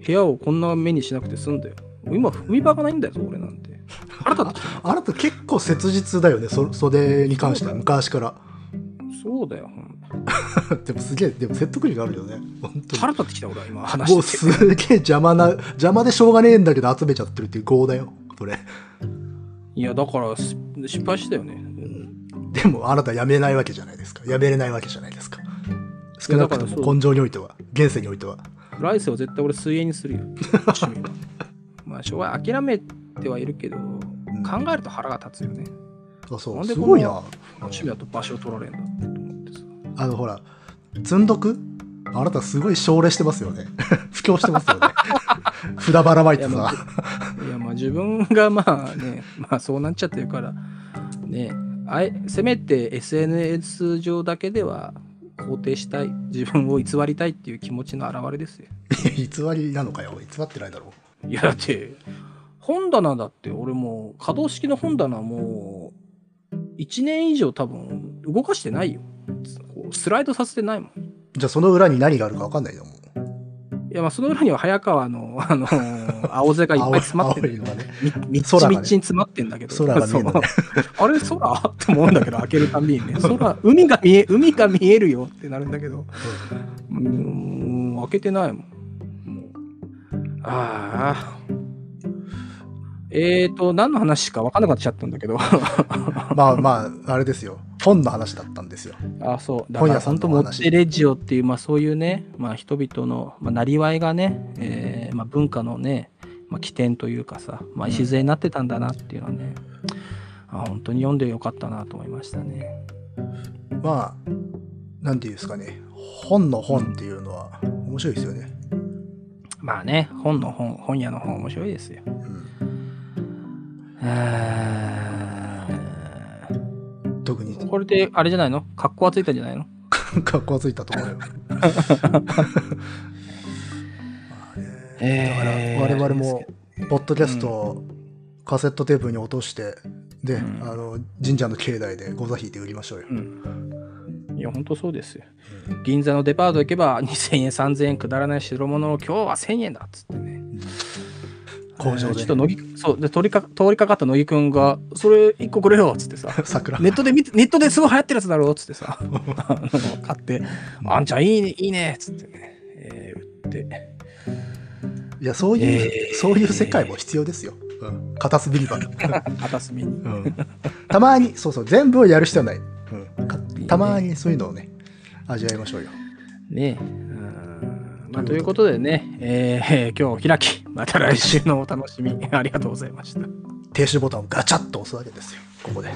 Speaker 1: 部屋をこんな目にしなくて済んだよ今踏み場がないんだよ俺なんて腹立ってきた
Speaker 2: あなた結構切実だよね、そ袖に関しては昔から。 *laughs*
Speaker 1: そうだよほんと
Speaker 2: でもすげえ、でも説得力があるよね。本当
Speaker 1: 腹立ってきた俺は今話
Speaker 2: *laughs* に。もう
Speaker 1: してて
Speaker 2: すげえ邪魔な、邪魔でしょうがねえんだけど集めちゃってるっていう業だよ、それ。
Speaker 1: いやだからす失敗したよね
Speaker 2: でもあなたやめないわけじゃないですか。やめれないわけじゃないですか。少なくと
Speaker 1: いやだから
Speaker 2: も
Speaker 1: そう
Speaker 2: 根性においては、現世においては。
Speaker 1: 来世は絶対俺水泳にするよ。趣味はまあ、しょうがない諦めてはいるけど、考えると腹が立つよね。
Speaker 2: あ、そ
Speaker 1: な
Speaker 2: う、
Speaker 1: んですこんな
Speaker 2: ごいな。
Speaker 1: 趣味だと場所を取られるんだって思ってさ。
Speaker 2: あの、ほら、積んどくあなたすごい奨励してますよね。 *laughs* 布教してますよね。 *laughs* 札ばらまい
Speaker 1: い
Speaker 2: て
Speaker 1: やま
Speaker 2: さ
Speaker 1: あ。いやまあ自分がまあね、 *laughs* まあそうなっちゃってるから、ね、あえせめて SNS 上だけでは肯定したい、自分を偽りたいっていう気持ちの表れですよ。
Speaker 2: 偽りなのかよ。偽ってないだろ
Speaker 1: いやだって、本棚だって俺もう、可動式の本棚もう、1年以上多分動かしてないよ。こうスライドさせてないもん。
Speaker 2: う。じゃあその裏に何があるか分かんないよ。もう
Speaker 1: いやまあその裏には早川の、あのー青背がいっぱい詰まってる
Speaker 2: 青いのがね。
Speaker 1: みみっちみっ
Speaker 2: 空が
Speaker 1: ち
Speaker 2: ね
Speaker 1: に詰まってんだけど。
Speaker 2: 空が見えるのね
Speaker 1: そうあれ空 *laughs* って思うんだけど、開けるたんび
Speaker 2: *laughs*
Speaker 1: にね。空、海が見え、海が見えるよってなるんだけど。うーん、開けてないもん。もうああ。えーと、何の話か分かんなくなっちゃったんだけど。 *laughs*
Speaker 2: まあまあ、あれですよ。本の話だったんですよ。
Speaker 1: あそう。だか
Speaker 2: 本
Speaker 1: ら
Speaker 2: 屋さん
Speaker 1: 本
Speaker 2: の
Speaker 1: 当、モッテレジオっていう、まあそういうね、まあ人々の、まあ、なりわいがね、えーまあ文化のね、まあ起点というかさ、まあ
Speaker 2: うん
Speaker 1: 礎になってたんだなっていうのはね、あ本当に読んでよかったなと思いましたね。
Speaker 2: まあ、なんていうんですかね。本の本っていうのは面白いですよね。
Speaker 1: まあね、本の本、本屋の本面白いですよ。
Speaker 2: うん
Speaker 1: あー
Speaker 2: 特に、
Speaker 1: これであれじゃないの格好はついたんじゃないの
Speaker 2: 格好ついたと思うよ。まあね
Speaker 1: *laughs* えー
Speaker 2: だから我々
Speaker 1: あ
Speaker 2: も
Speaker 1: れで
Speaker 2: ポッドキャストをカセットテープに落として、で、
Speaker 1: うん
Speaker 2: あの神社の境内でご座引いて売りましょうよ
Speaker 1: う。ん。いや、本当そうですよ。銀座のデパート行けば2000円、3000円くだらない代物を今日は1000円だっつってね。
Speaker 2: 工場
Speaker 1: ちょ
Speaker 2: で
Speaker 1: っと乃木そうで通りか通りかかった乃木くんが「それ1個くれよ」っつって *laughs* さ
Speaker 2: 桜
Speaker 1: ネットで見てネットですごい流行ってるやつだろっつってさあの買って「あんちゃんいいねいいね」っつってね、えー売って *laughs*
Speaker 2: いやそういう、
Speaker 1: えー
Speaker 2: そういう世界も必要ですよ。うん、片隅には、
Speaker 1: *laughs* 片隅に
Speaker 2: うんたまにそうそう全部をやる必要はない、うんかたまにそういうのをね味わいましょうよ。
Speaker 1: ねえうんまあということでね、えー *laughs* 今日開きまた来週のお楽しみありがとうございました。
Speaker 2: 停止ボタンをガチャッと押すわけですよここで。